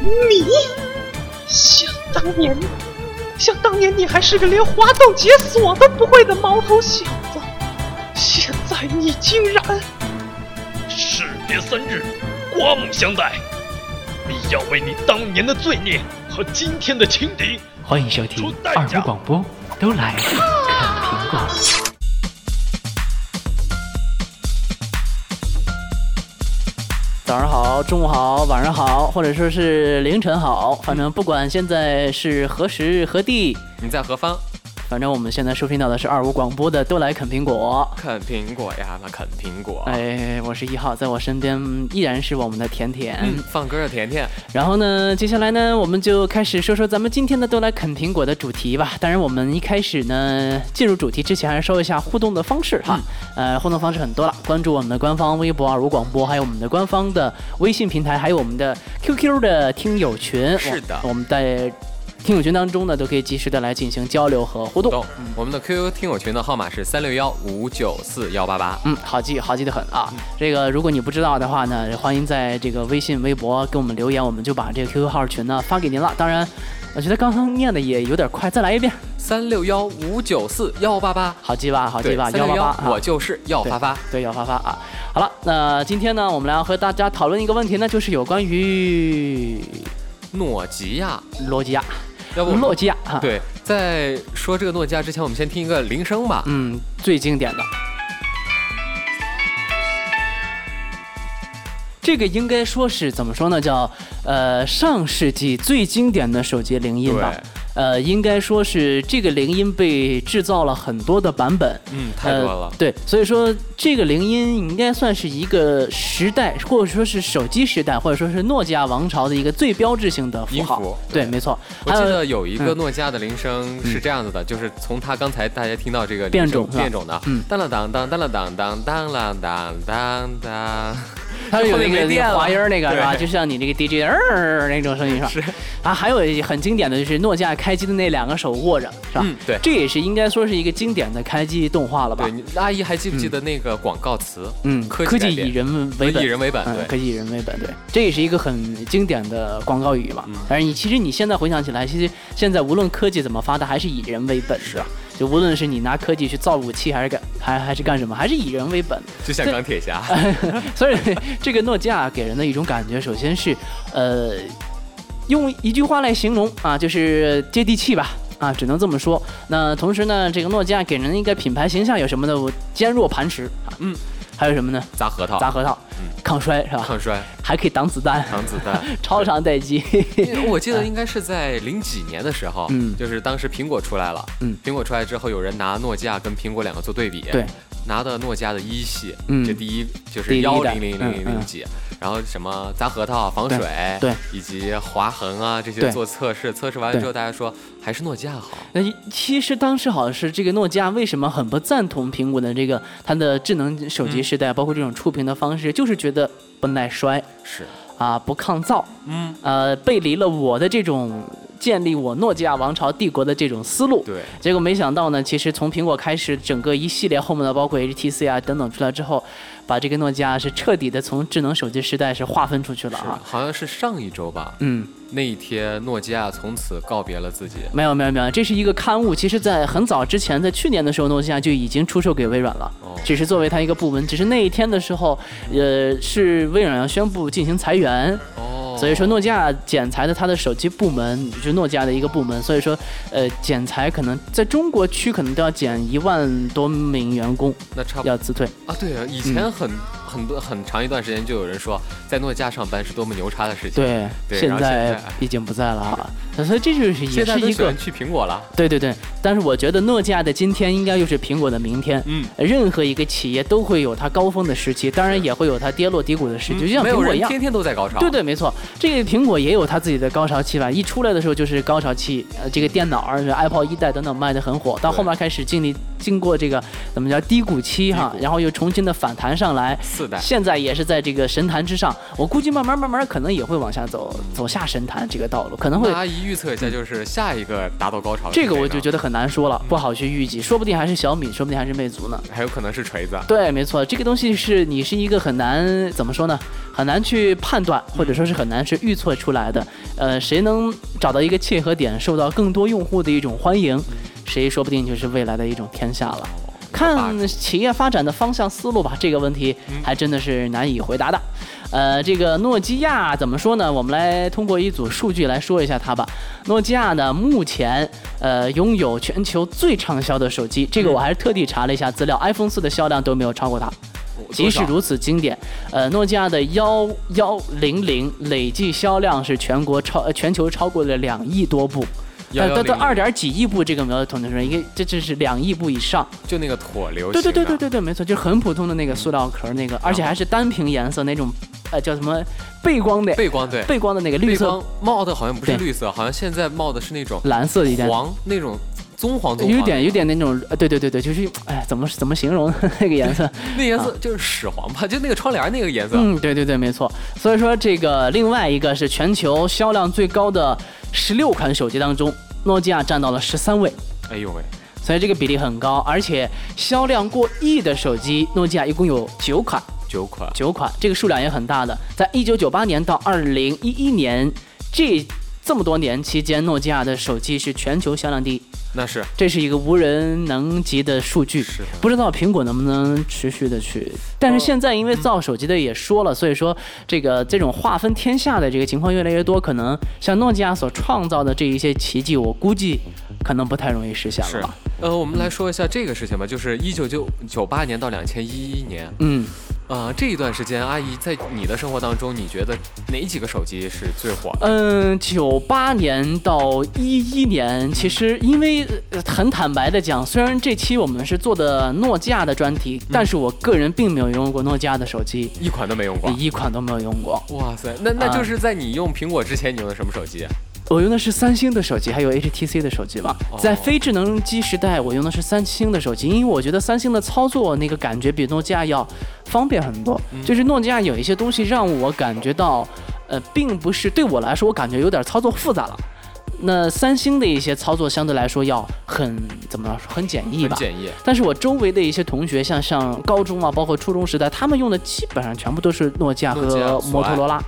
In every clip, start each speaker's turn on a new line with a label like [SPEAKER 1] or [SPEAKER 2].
[SPEAKER 1] 你
[SPEAKER 2] 想当年，想当年你还是个连滑动解锁都不会的毛头小子，现在你竟然……
[SPEAKER 3] 士别三日，刮目相待。必要为你当年的罪孽和今天的轻敌。
[SPEAKER 4] 欢迎收听二五广播，都来看苹果。
[SPEAKER 5] 早上好，中午好，晚上好，或者说是凌晨好，反正不管现在是何时何地，
[SPEAKER 6] 你在何方？
[SPEAKER 5] 反正我们现在收听到的是二五广播的《都来啃苹果
[SPEAKER 6] 啃苹果呀，那啃苹果》。。
[SPEAKER 5] 哎，我是一号，在我身边依然是我们的甜甜。
[SPEAKER 6] 嗯，放歌的甜甜，
[SPEAKER 5] 然后呢，接下来呢，我们就开始说说咱们今天的都来啃苹果的主题吧。当然，我们一开始呢，进入主题之前，还是说一下互动的方式哈。
[SPEAKER 6] 嗯
[SPEAKER 5] 呃，互动方式很多了，关注我们的官方微博“二五广播”，还有我们的官方的微信平台，还有我们的 QQ 的听友群。
[SPEAKER 6] 是的
[SPEAKER 5] 我我们在听友群当中呢，都可以及时的来进行交流和互动。
[SPEAKER 6] 懂。我们的 QQ 听友群的号码是三六幺五九四幺八八。
[SPEAKER 5] 嗯，好记，好记得很啊。这个如果你不知道的话呢，欢迎在这个微信、微博给我们留言，我们就把这个 QQ 号群呢发给您了。当然，我觉得刚刚念的也有点快，再来一遍，
[SPEAKER 6] 三六幺五九四幺八八，
[SPEAKER 5] 好记吧，好记
[SPEAKER 6] 对，
[SPEAKER 5] 吧，
[SPEAKER 6] 三
[SPEAKER 5] 幺
[SPEAKER 6] 六
[SPEAKER 5] 八八啊
[SPEAKER 6] 幺，我。就是要发发。
[SPEAKER 5] 对，要发发啊！好了，那今天呢，我们来和大家讨论一个问题呢，就是有关于
[SPEAKER 6] 诺基亚，
[SPEAKER 5] 诺基亚，
[SPEAKER 6] 要不我们
[SPEAKER 5] 诺基亚啊，，
[SPEAKER 6] 对，在说这个诺基亚之前，我们先听一个铃声吧。
[SPEAKER 5] 嗯，最经典的，这个应该说是怎么说呢，叫呃上世纪最经典的手机铃音吧
[SPEAKER 6] 对。
[SPEAKER 5] 呃，应该说是这个铃音被制造了很多的版本，
[SPEAKER 6] 嗯，太多了
[SPEAKER 5] 呃。。对，所以说这个铃音应该算是一个时代，或者说是手机时代，或者说是诺基亚王朝的一个最标志性的符
[SPEAKER 6] 音
[SPEAKER 5] 号。
[SPEAKER 6] 符
[SPEAKER 5] 对，没错。
[SPEAKER 6] 我
[SPEAKER 5] 还
[SPEAKER 6] 记
[SPEAKER 5] 有
[SPEAKER 6] 得有一个
[SPEAKER 5] 嗯
[SPEAKER 6] 诺基亚的铃声是这样子的，就是从他刚才大家听到这个铃
[SPEAKER 5] 变
[SPEAKER 6] 声
[SPEAKER 5] 种是吧
[SPEAKER 6] 变种的，
[SPEAKER 5] 嗯
[SPEAKER 6] 当啷当当当啷当当当啷当当当，
[SPEAKER 5] 它是有那
[SPEAKER 6] 后面
[SPEAKER 5] 个
[SPEAKER 6] 没
[SPEAKER 5] 那
[SPEAKER 6] 电
[SPEAKER 5] 个
[SPEAKER 6] 了
[SPEAKER 5] 滑音儿那个是吧？
[SPEAKER 6] 对
[SPEAKER 5] 就像你那个 DJ 儿那种声音是吧？啊，还有一很经典的就是诺基亚开机的那两个手握着是吧？
[SPEAKER 6] 嗯对
[SPEAKER 5] 这也是应该说是一个经典的开机动画了吧
[SPEAKER 6] 对，？你阿姨还记不记得那个广告词？
[SPEAKER 5] 嗯，
[SPEAKER 6] 科
[SPEAKER 5] 科技
[SPEAKER 6] 改
[SPEAKER 5] 以
[SPEAKER 6] 变。
[SPEAKER 5] 人为本，
[SPEAKER 6] 以人为本
[SPEAKER 5] 嗯
[SPEAKER 6] 对
[SPEAKER 5] 科技以人为本，对，这也是一个很经典的广告语
[SPEAKER 6] 嗯
[SPEAKER 5] 吧。但是你其实你现在回想起来，其实现在无论科技怎么发达，还是以人为本的。就无论是你拿科技去造武器，还是干还还是干什么，还是以人为本。
[SPEAKER 6] 就像钢铁侠，
[SPEAKER 5] 所以这个诺基亚给人的一种感觉，首先是呃，用一句话来形容啊，就是接地气吧。啊，只能这么说。那同时呢，这个诺基亚给人的一个品牌形象有什么呢？我坚若磐石啊，
[SPEAKER 6] 嗯，
[SPEAKER 5] 还有什么呢？
[SPEAKER 6] 砸核桃，
[SPEAKER 5] 砸核桃，抗摔是吧？
[SPEAKER 6] 抗摔，
[SPEAKER 5] 还可以挡子弹，
[SPEAKER 6] 挡子弹。
[SPEAKER 5] 超长待机。
[SPEAKER 6] 因为我记得应该是在零几年的时候，
[SPEAKER 5] 嗯
[SPEAKER 6] 就是当时苹果出来了，
[SPEAKER 5] 嗯
[SPEAKER 6] 苹果出来之后，有人拿诺基亚跟苹果两个做对比，
[SPEAKER 5] 对，
[SPEAKER 6] 拿的诺基亚的一系，
[SPEAKER 5] 嗯
[SPEAKER 6] 这第一就
[SPEAKER 5] 第
[SPEAKER 6] 是
[SPEAKER 5] 一
[SPEAKER 6] 幺
[SPEAKER 5] 代
[SPEAKER 6] 零零
[SPEAKER 5] 嗯
[SPEAKER 6] 零
[SPEAKER 5] 嗯
[SPEAKER 6] 零几，然后什么砸核桃、防
[SPEAKER 5] 对
[SPEAKER 6] 水，
[SPEAKER 5] 对
[SPEAKER 6] 以及划痕啊这些
[SPEAKER 5] 对
[SPEAKER 6] 做测试，测试完了
[SPEAKER 5] 对
[SPEAKER 6] 之后，大家说还是诺基亚好，
[SPEAKER 5] 那其实当时好像是这个诺基亚为什么很不赞同苹果的这个它的智能手
[SPEAKER 6] 嗯
[SPEAKER 5] 机时代，包括这种触屏的方式，就是觉得不耐摔
[SPEAKER 6] 是，
[SPEAKER 5] 啊、不抗造，
[SPEAKER 6] 嗯，
[SPEAKER 5] 呃，背离了我的这种建立我诺基亚王朝帝国的这种思路。
[SPEAKER 6] 对，
[SPEAKER 5] 结果没想到呢，其实从苹果开始，整个一系列后面的包括 HTC 啊等等出来之后，把这个诺基亚是彻底的从智能手机时代是划分出去了
[SPEAKER 6] 是，
[SPEAKER 5] 啊。
[SPEAKER 6] 好像是上一周吧，
[SPEAKER 5] 嗯，
[SPEAKER 6] 那一天诺基亚从此告别了自己，
[SPEAKER 5] 没有没有没有，这是一个刊物。其实，在很早之前，在去年的时候，诺基亚就已经出售给微软了，
[SPEAKER 6] 哦
[SPEAKER 5] 只是作为它一个部门。只是那一天的时候，呃，是微软要宣布进行裁员，
[SPEAKER 6] 哦，
[SPEAKER 5] 所以说诺基亚剪裁的它的手机部门，就是诺基亚的一个部门。所以说，呃，剪裁可能在中国区可能都要减一万多名员工，
[SPEAKER 6] 那差不
[SPEAKER 5] 要嗯辞退。
[SPEAKER 6] 啊，对啊，以前很、很多很长一段时间就有人说，在诺基亚上班是多么牛叉的事情。，
[SPEAKER 5] 对，
[SPEAKER 6] 对
[SPEAKER 5] 现
[SPEAKER 6] 然后现
[SPEAKER 5] 在
[SPEAKER 6] 在
[SPEAKER 5] 已经不在了啊。所以这就是也
[SPEAKER 6] 现在
[SPEAKER 5] 是
[SPEAKER 6] 都
[SPEAKER 5] 一
[SPEAKER 6] 喜
[SPEAKER 5] 个
[SPEAKER 6] 欢去苹果了。
[SPEAKER 5] 对对对，但是我觉得诺基亚的今天应该又是苹果的明天。
[SPEAKER 6] 嗯，
[SPEAKER 5] 任何一个企业都会有它高峰的时期，当然也会有它跌落低谷的时期，就像
[SPEAKER 6] 嗯没
[SPEAKER 5] 苹
[SPEAKER 6] 有
[SPEAKER 5] 果
[SPEAKER 6] 人
[SPEAKER 5] 一样。
[SPEAKER 6] 天天都在高潮。
[SPEAKER 5] 对对，没错，这个苹果也有它自己的高潮期吧。一出来的时候就是高潮期，呃，这个电脑儿、iPod 一代等等卖的很火，到后面开始经历经过这个怎么叫低谷期哈，然后又重新的反弹上来，
[SPEAKER 6] 四代
[SPEAKER 5] 现在也是在这个神坛之上，我估计慢慢慢慢可能也会往下走，走下神坛这个道路，可能会
[SPEAKER 6] 那一预测一下，就是下一个达到高潮的是嗯谁
[SPEAKER 5] 这
[SPEAKER 6] 呢，
[SPEAKER 5] 个我就觉得很难说了，不好去预计，说不定还是小米，说不定还是魅族呢。
[SPEAKER 6] 得还有可能是锤子。
[SPEAKER 5] 对，没错，这个东西是你是一个很难怎么说呢，很难去判断，或者说是很难去预测出来的。呃，谁能找到一个切合点，受到更多用户的一种欢迎，谁说不定就是未来的一种天下了。看企业发展的方向思路吧，这个问题还真的是难以回答的。呃，这个诺基亚怎么说呢？我们来通过一组数据来说一下它吧。诺基亚呢，目前呃拥有全球最畅销的手机，这个我还是特地查了一下资料，iPhone 四的销量都没有超过它。即使如此经典，呃，诺基亚的幺幺零零累计销量是全国超、呃全球超过了两亿多部，但但但
[SPEAKER 6] 110
[SPEAKER 5] 二点几亿部这个没有统计出来，应该这这是两亿部以上。
[SPEAKER 6] 就那个椭流形
[SPEAKER 5] 对
[SPEAKER 6] 的，
[SPEAKER 5] 对对对对对，没错，就是很普通的那个塑料壳儿那个，而且还是单屏颜色那种，呃，叫什么背光的
[SPEAKER 6] 背光对
[SPEAKER 5] 背光的那个绿
[SPEAKER 6] 背
[SPEAKER 5] 色
[SPEAKER 6] 光冒的好像不是
[SPEAKER 5] 对
[SPEAKER 6] 绿色，好像现在冒的是那种
[SPEAKER 5] 蓝色的一点。
[SPEAKER 6] 黄那种棕黄棕黄，
[SPEAKER 5] 有点有点那种，呃，对对对对，就是，哎，怎么怎么形容呢 那个颜色？
[SPEAKER 6] 那颜色就是屎黄吧，就那个窗帘那个颜色。
[SPEAKER 5] 嗯，对对对，没错。所以说这个另外一个是全球销量最高的十六款手机当中，诺基亚占到了十三位，
[SPEAKER 6] 哎呦喂，
[SPEAKER 5] 所以这个比例很高。而且销量过亿的手机，诺基亚一共有九款，
[SPEAKER 6] 九款，
[SPEAKER 5] 九款，这个数量也很大的。在一九九八年到二零一一年这这么多年期间，诺基亚的手机是全球销量第一，
[SPEAKER 6] 那是
[SPEAKER 5] 这是一个无人能及的数据。
[SPEAKER 6] 是的
[SPEAKER 5] 不知道苹果能不能持续的去，但是现在因为造手机的也说
[SPEAKER 6] 嗯
[SPEAKER 5] 了，所以说这个这种划分天下的这个情况越来越多，可能像诺基亚所创造的这一些奇迹，我估计可能不太容易实现
[SPEAKER 6] 是
[SPEAKER 5] 了吧。。
[SPEAKER 6] 呃，我们来说一下这个事情吧，就是一九九九八年到两千一一年，
[SPEAKER 5] 嗯，
[SPEAKER 6] 呃，这一段时间，阿姨在你的生活当中，你觉得哪几个手机是最火的？
[SPEAKER 5] 嗯，九八年到一一年，其实因为呃很坦白的讲，虽然这期我们是做的诺基亚的专题，但是我个人并没有用过诺基亚的手机，
[SPEAKER 6] 一款都没用过。
[SPEAKER 5] 一款都没有用过。
[SPEAKER 6] 哇塞，那那
[SPEAKER 5] 啊
[SPEAKER 6] 就是在你用苹果之前，你用的什么手机？啊
[SPEAKER 5] 我用的是三星的手机，还有 HTC 的手机吧。
[SPEAKER 6] 哦
[SPEAKER 5] 在非智能机时代，我用的是三星的手机，因为我觉得三星的操作那个感觉比诺基亚要方便很多。
[SPEAKER 6] 嗯
[SPEAKER 5] 就是诺基亚有一些东西让我感觉到，呃，并不是对我来说，我感觉有点操作复杂了。那三星的一些操作相对来说要很怎么说，很简易
[SPEAKER 6] 很
[SPEAKER 5] 吧。
[SPEAKER 6] 简易，
[SPEAKER 5] 但是我周围的一些同学，像像高中啊，包括初中时代，他们用的基本上全部都是诺基亚
[SPEAKER 6] 诺基亚
[SPEAKER 5] 和
[SPEAKER 6] 索
[SPEAKER 5] 摩托罗拉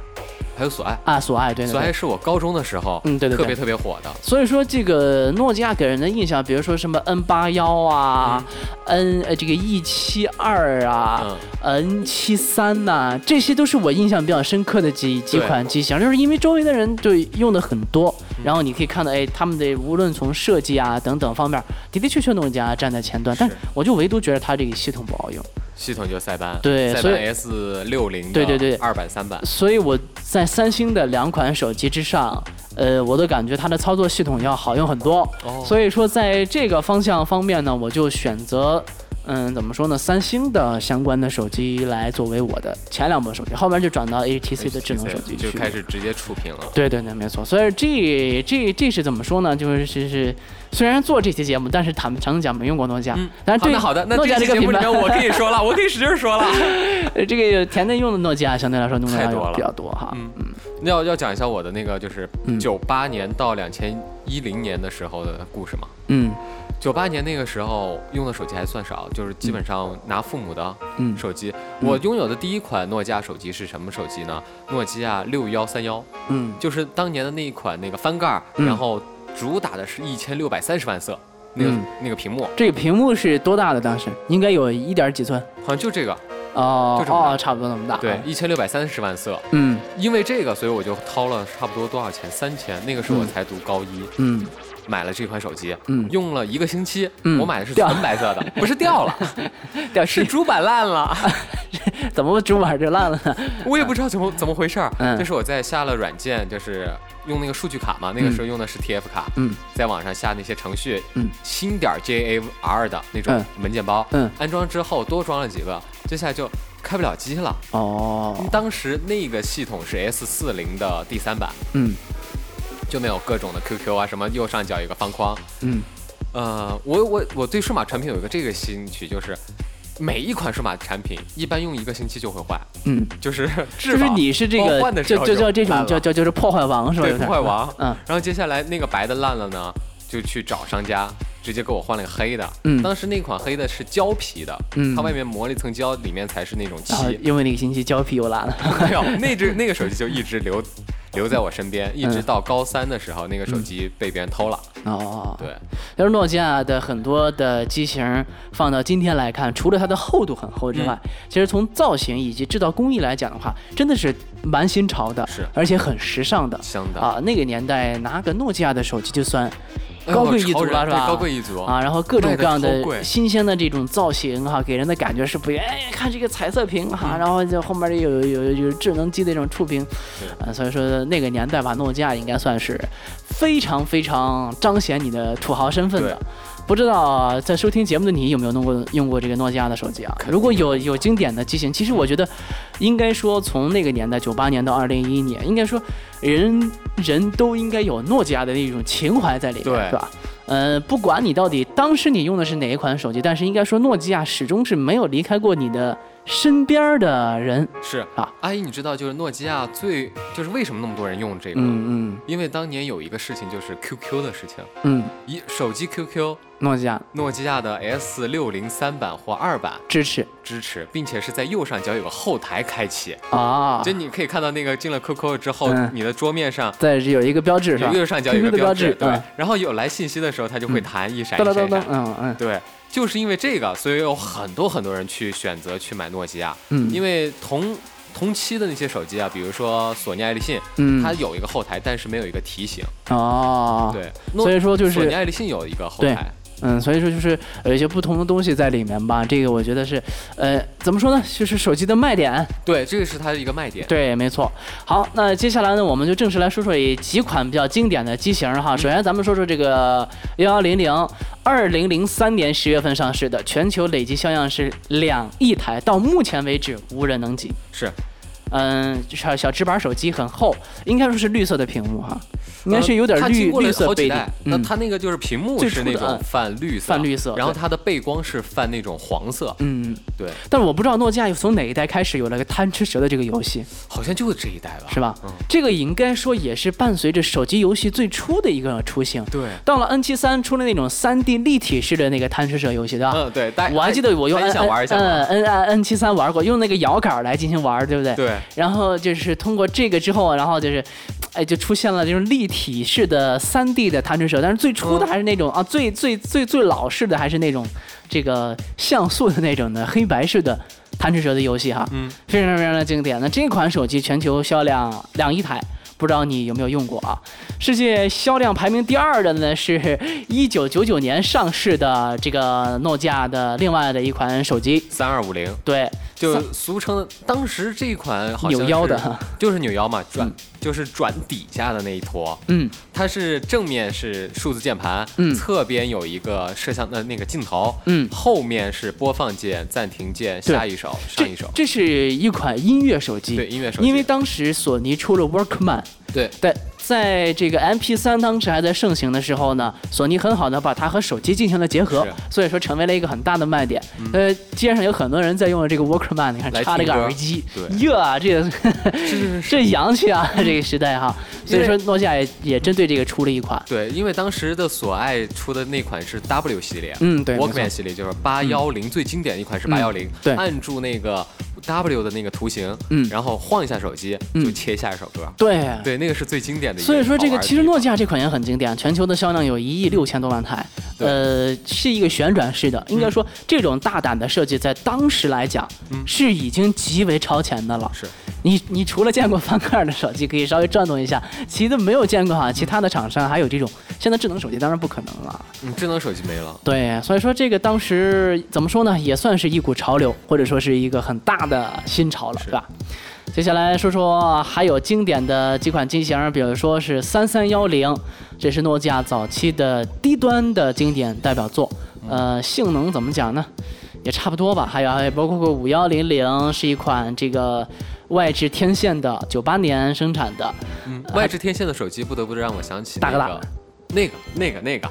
[SPEAKER 6] 还有索爱，
[SPEAKER 5] 啊，索爱对对
[SPEAKER 6] 索
[SPEAKER 5] 对
[SPEAKER 6] 爱。是我高中的时候，
[SPEAKER 5] 嗯对对对
[SPEAKER 6] 特别特别火的。
[SPEAKER 5] 所以说，这个诺基亚给人的印象，比如说什么 N 八幺啊、n 呃这个 E 七二啊、n 七三呐，这些都是我印象比较深刻的几几
[SPEAKER 6] 对
[SPEAKER 5] 款机型，就是因为周围的人就用的很多，然后你可以看到，哎，他们的无论从设计啊等等方面，的的确确诺基亚站在前端，但是我就唯独觉得它这个系统不好用。
[SPEAKER 6] 系统就塞班，
[SPEAKER 5] 对
[SPEAKER 6] 塞
[SPEAKER 5] 所以
[SPEAKER 6] 班 S 六零，
[SPEAKER 5] 对对对
[SPEAKER 6] 二版三版，
[SPEAKER 5] 所以我在三星的两款手机之上，呃，我都感觉它的操作系统要好用很多。
[SPEAKER 6] 哦
[SPEAKER 5] 所以说，在这个方向方面呢，我就选择，嗯，怎么说呢，三星的相关的手机来作为我的前两部手机，后面就转到 HTC 的智能手机去
[SPEAKER 6] 就开。始直接触屏了。
[SPEAKER 5] 对对对，没错。所以这这这是怎么说呢？就是是是，虽然做这期节目，但是坦诚讲没用过诺基亚。但是对
[SPEAKER 6] 好的嗯好的，那
[SPEAKER 5] 诺基亚
[SPEAKER 6] 这
[SPEAKER 5] 这
[SPEAKER 6] 期
[SPEAKER 5] 个
[SPEAKER 6] 节
[SPEAKER 5] 品
[SPEAKER 6] 目里
[SPEAKER 5] 牌
[SPEAKER 6] 面，我可以说了，我可以使劲说了。
[SPEAKER 5] 呃 这个甜的用的诺基亚相对来说用的
[SPEAKER 6] 太多
[SPEAKER 5] 要
[SPEAKER 6] 了
[SPEAKER 5] 比较多哈。嗯
[SPEAKER 6] 要要讲一下我的那个就是
[SPEAKER 5] 嗯
[SPEAKER 6] 九八年到两千一零年的时候的故事嘛。
[SPEAKER 5] 嗯
[SPEAKER 6] 九八年那个时候用的手机还算少，就是基本上拿父母的
[SPEAKER 5] 嗯
[SPEAKER 6] 手机。我拥有的第一款诺基亚手机是什么手机呢？诺基亚六幺三幺，
[SPEAKER 5] 嗯
[SPEAKER 6] 就是当年的那一款那个翻盖儿，
[SPEAKER 5] 嗯
[SPEAKER 6] 然后主打的是一千六百三十万色，那个
[SPEAKER 5] 嗯
[SPEAKER 6] 那个屏幕
[SPEAKER 5] 这个屏幕是多大的？当时应该有一点几寸
[SPEAKER 6] 好像就这个，
[SPEAKER 5] 哦
[SPEAKER 6] 就这么大
[SPEAKER 5] 哦，差不多那么大。
[SPEAKER 6] 对，，一千六百三十万色。
[SPEAKER 5] 嗯
[SPEAKER 6] 因为这个，所以我就掏了差不多多少钱？三千。那个时候我
[SPEAKER 5] 嗯
[SPEAKER 6] 才读高一，
[SPEAKER 5] 嗯
[SPEAKER 6] 买了这款手机，
[SPEAKER 5] 嗯
[SPEAKER 6] 用了一个星期，
[SPEAKER 5] 嗯
[SPEAKER 6] 我买的是
[SPEAKER 5] 掉
[SPEAKER 6] 纯白色的，不是掉了，
[SPEAKER 5] 掉
[SPEAKER 6] 是
[SPEAKER 5] 漆
[SPEAKER 6] 主板烂了，
[SPEAKER 5] 怎么主板就烂了呢？
[SPEAKER 6] 我也不知道怎么怎么回事儿。
[SPEAKER 5] 嗯
[SPEAKER 6] 就是我在下了软件，就是用那个数据卡嘛，那个时候用的是 TF 卡，
[SPEAKER 5] 嗯
[SPEAKER 6] 在网上下那些程序，
[SPEAKER 5] 嗯
[SPEAKER 6] 新点儿 JAR 的那种文件包，
[SPEAKER 5] 嗯
[SPEAKER 6] 安装之后多装了几个，接下来就开不了机了。
[SPEAKER 5] 哦
[SPEAKER 6] 当时那个系统是 S 四零的第三版，
[SPEAKER 5] 嗯
[SPEAKER 6] 就没有各种的 QQ 啊什么右上角有个方框，
[SPEAKER 5] 嗯
[SPEAKER 6] 呃，我我我对数码产品有一个这个兴趣，就是每一款数码产品一般用一个星期就会坏，
[SPEAKER 5] 嗯，
[SPEAKER 6] 就是就
[SPEAKER 5] 就是你是这
[SPEAKER 6] 包
[SPEAKER 5] 个
[SPEAKER 6] 换的，时
[SPEAKER 5] 就
[SPEAKER 6] 候
[SPEAKER 5] 就叫这
[SPEAKER 6] 烂
[SPEAKER 5] 种
[SPEAKER 6] 了
[SPEAKER 5] 叫叫就是破坏王是吧？
[SPEAKER 6] 对
[SPEAKER 5] 有点
[SPEAKER 6] 破坏王
[SPEAKER 5] 嗯
[SPEAKER 6] 然后接下来那个白的烂了呢，就去找商家，直接给我换了个黑的。
[SPEAKER 5] 嗯
[SPEAKER 6] 当时那款黑的是胶皮的，
[SPEAKER 5] 嗯
[SPEAKER 6] 它外面磨了一层胶，里面才是 那种漆
[SPEAKER 5] 然。后因为那个星期胶皮又烂了，
[SPEAKER 6] 没有，那只那个手机就一直留留在我身边，一
[SPEAKER 5] 嗯
[SPEAKER 6] 直到高三的时候，那个手机被别人偷了。
[SPEAKER 5] 哦，
[SPEAKER 6] 对，
[SPEAKER 5] 但是诺基亚的很多的机型放到今天来看，除了它的厚度很厚之
[SPEAKER 6] 嗯
[SPEAKER 5] 外，其实从造型以及制造工艺来讲的话，真的是蛮新潮的，
[SPEAKER 6] 是
[SPEAKER 5] 而且很时尚的。
[SPEAKER 6] 香的
[SPEAKER 5] 啊，那个年代拿个诺基亚的手机就算
[SPEAKER 6] 哎呦
[SPEAKER 5] 高贵一
[SPEAKER 6] 潮
[SPEAKER 5] 族
[SPEAKER 6] 人
[SPEAKER 5] 了，是
[SPEAKER 6] 对
[SPEAKER 5] 吧？
[SPEAKER 6] 高贵一族
[SPEAKER 5] 啊，然后各种各样
[SPEAKER 6] 卖得
[SPEAKER 5] 的
[SPEAKER 6] 超贵
[SPEAKER 5] 新鲜的这种造型哈、给人的感觉是不一样。哎，看这个彩色屏哈、
[SPEAKER 6] 嗯
[SPEAKER 5] 然后就后面有有有有智能机的这种触屏，啊，所以说那个年代吧，诺基亚应该算是非常非常彰显你的土豪身份的
[SPEAKER 6] 对。
[SPEAKER 5] 不知道在收听节目的你有没有弄过用过这个诺基亚的手机啊？如果有有经典的机型，其实我觉得，应该说从那个年代，九八年到二零一一年，应该说人人都应该有诺基亚的那种情怀在里面，
[SPEAKER 6] 对
[SPEAKER 5] 是吧？呃，不管你到底当时你用的是哪一款手机，但是应该说诺基亚始终是没有离开过你的身边儿的人。
[SPEAKER 6] 是
[SPEAKER 5] 啊，
[SPEAKER 6] 阿姨，你知道就是诺基亚最就是为什么那么多人用这个？
[SPEAKER 5] 嗯
[SPEAKER 6] 因为当年有一个事情就是 QQ 的事情，
[SPEAKER 5] 嗯嗯，
[SPEAKER 6] 一手机 QQ，
[SPEAKER 5] 诺基亚
[SPEAKER 6] 诺基亚的 S 六零三版或二版
[SPEAKER 5] 支持
[SPEAKER 6] 支持，并且是在右上角有个后台开启，
[SPEAKER 5] 啊，
[SPEAKER 6] 就你可以看到那个进了 QQ 之后
[SPEAKER 5] 嗯，
[SPEAKER 6] 你的桌面上
[SPEAKER 5] 在有一个标志是吧
[SPEAKER 6] 有？右上角有个
[SPEAKER 5] QQ 的标
[SPEAKER 6] 志，
[SPEAKER 5] 志
[SPEAKER 6] 对
[SPEAKER 5] 嗯，
[SPEAKER 6] 然后有来信息的时候，它就会
[SPEAKER 5] 嗯
[SPEAKER 6] 弹一闪
[SPEAKER 5] 噔
[SPEAKER 6] 一
[SPEAKER 5] 噔
[SPEAKER 6] 闪
[SPEAKER 5] 噔噔
[SPEAKER 6] 一闪，，
[SPEAKER 5] 嗯嗯
[SPEAKER 6] 对。就是因为这个，所以有很多很多人去选择去买诺基亚，
[SPEAKER 5] 嗯
[SPEAKER 6] 因为同同期的那些手机啊，比如说索尼爱立信，
[SPEAKER 5] 嗯
[SPEAKER 6] 它有一个后台，但是没有一个提醒。
[SPEAKER 5] 哦，，
[SPEAKER 6] 对，
[SPEAKER 5] 所以说就
[SPEAKER 6] 索尼
[SPEAKER 5] 是
[SPEAKER 6] 爱立信有一个后
[SPEAKER 5] 对
[SPEAKER 6] 台，
[SPEAKER 5] 嗯，所以说就是有一些不同的东西在里面吧。这个我觉得是，呃，怎么说呢？就是手机的卖点，
[SPEAKER 6] 对，这个是它的一个卖点。
[SPEAKER 5] 对，没错。好，那接下来呢，我们就正式来说说以几款比较经典的机型儿哈。首先，咱们说说这个幺幺零零，二零零三年十月份上市的，全球累计销量是两亿台，到目前为止无人能及。
[SPEAKER 6] 是，
[SPEAKER 5] 嗯，小小直板手机很厚，应该说是绿色的屏幕哈，应该是有点
[SPEAKER 6] 呃它经
[SPEAKER 5] 绿
[SPEAKER 6] 过了
[SPEAKER 5] 绿色
[SPEAKER 6] 好
[SPEAKER 5] 背景
[SPEAKER 6] 几代，。那
[SPEAKER 5] 嗯，
[SPEAKER 6] 它那个就是屏幕
[SPEAKER 5] 最
[SPEAKER 6] 是
[SPEAKER 5] 初的
[SPEAKER 6] 那种
[SPEAKER 5] 嗯
[SPEAKER 6] 泛绿色，
[SPEAKER 5] 泛绿色
[SPEAKER 6] 然后
[SPEAKER 5] 对
[SPEAKER 6] 它的背光是泛那种黄色，
[SPEAKER 5] 嗯，
[SPEAKER 6] 对，
[SPEAKER 5] 但我不知道诺基亚从哪一代开始有了个贪吃蛇的这个游戏，
[SPEAKER 6] 好像就是这一代吧？
[SPEAKER 5] 是吧？
[SPEAKER 6] 嗯，
[SPEAKER 5] 这个应该说也是伴随着手机游戏最初的一个雏形。
[SPEAKER 6] 对，
[SPEAKER 5] 到了 N 7 3出了那种3 D 立体式的那个贪吃蛇游戏，对吧？
[SPEAKER 6] 嗯，对，大
[SPEAKER 5] 啊我还记得我用
[SPEAKER 6] 很
[SPEAKER 5] N
[SPEAKER 6] 想玩一下嘛，
[SPEAKER 5] 嗯 N N 7 3玩过，用那个摇杆来进行玩，对不对？。
[SPEAKER 6] 对，
[SPEAKER 5] 然后就是通过这个之后，然后就是，哎，就出现了这种立体式的3 D 的贪吃蛇，但是最初的还是那种、啊，最最最最老式的还是那种这个像素的那种的黑白式的贪吃蛇的游戏哈，
[SPEAKER 6] 嗯，
[SPEAKER 5] 非常非常的经典。那这款手机全球销量两亿台。不知道你有没有用过啊？世界销量排名第二的呢，是一九九九年上市的这个诺基亚的另外的一款手机，
[SPEAKER 6] 三二五零，
[SPEAKER 5] 对，
[SPEAKER 6] 就
[SPEAKER 5] 三
[SPEAKER 6] 俗称当时这一款好像
[SPEAKER 5] 扭腰的嗯
[SPEAKER 6] 是
[SPEAKER 5] 哈
[SPEAKER 6] 就是扭腰嘛，转、就是转底下的那一坨，
[SPEAKER 5] 嗯，
[SPEAKER 6] 它是正面是数字键盘，
[SPEAKER 5] 嗯
[SPEAKER 6] 侧边有一个摄像的呃那个镜头，
[SPEAKER 5] 嗯
[SPEAKER 6] 后面是播放键、暂停键、
[SPEAKER 5] 对
[SPEAKER 6] 下一首、上
[SPEAKER 5] 这
[SPEAKER 6] 一首，
[SPEAKER 5] 这是一款音乐手机，
[SPEAKER 6] 对音乐手机，
[SPEAKER 5] 因为当时索尼出了 Workman，
[SPEAKER 6] 对
[SPEAKER 5] 在在这个 MP3 当时还在盛行的时候呢，索尼很好的把它和手机进行了结合
[SPEAKER 6] 是，嗯
[SPEAKER 5] 所以说成为了一个很大的卖点。呃，街上有很多人在用这个 Workman，你看
[SPEAKER 6] 来
[SPEAKER 5] 插了
[SPEAKER 6] 听
[SPEAKER 5] 个
[SPEAKER 6] 歌
[SPEAKER 5] 耳机，
[SPEAKER 6] 对
[SPEAKER 5] 哟啊，这个 这洋气啊， 这个时代哈。所以说，诺基亚也也针对这个出了一款，
[SPEAKER 6] 对，因为当时的索爱出的那款是 W 系列，
[SPEAKER 5] 嗯对没错
[SPEAKER 6] ，Walkman 系列就是八幺零，最经典的一款是
[SPEAKER 5] 嗯
[SPEAKER 6] 八幺零，
[SPEAKER 5] 对
[SPEAKER 6] 按住那个 W 的那个图形，
[SPEAKER 5] 嗯
[SPEAKER 6] 然后晃一下手机
[SPEAKER 5] 嗯
[SPEAKER 6] 就切下一首歌，
[SPEAKER 5] 对。
[SPEAKER 6] 对，那个是最经典的一。
[SPEAKER 5] 所以说，这个其实诺基
[SPEAKER 6] 亚，
[SPEAKER 5] 亚这款也很经典，全球的销量有一亿六千多万台，
[SPEAKER 6] 对
[SPEAKER 5] 呃，是一个旋转式的，应该说这种大胆的设计在当时来讲
[SPEAKER 6] 嗯
[SPEAKER 5] 是已经极为超前的了。
[SPEAKER 6] 是
[SPEAKER 5] 你你除了见过翻盖儿的手机可以稍微转动一下，其他没有见过哈，其他的厂商还有这种。现在智能手机当然不可能了，
[SPEAKER 6] 嗯，智能手机没了，
[SPEAKER 5] 对，所以说这个当时怎么说呢，也算是一股潮流，或者说是一个很大的新潮了，
[SPEAKER 6] 是
[SPEAKER 5] 是吧？接下来说说还有经典的几款机型，比如说是三三幺零，这是诺基亚早期的低端的经典代表作。
[SPEAKER 6] 嗯
[SPEAKER 5] 呃，性能怎么讲呢？也差不多吧。还有还有包括五幺零零是一款这个外置天线的，九八年生产的，
[SPEAKER 6] 嗯，外置天线的手机不得不让我想起
[SPEAKER 5] 大哥
[SPEAKER 6] 那
[SPEAKER 5] 大
[SPEAKER 6] 个，那个那个那个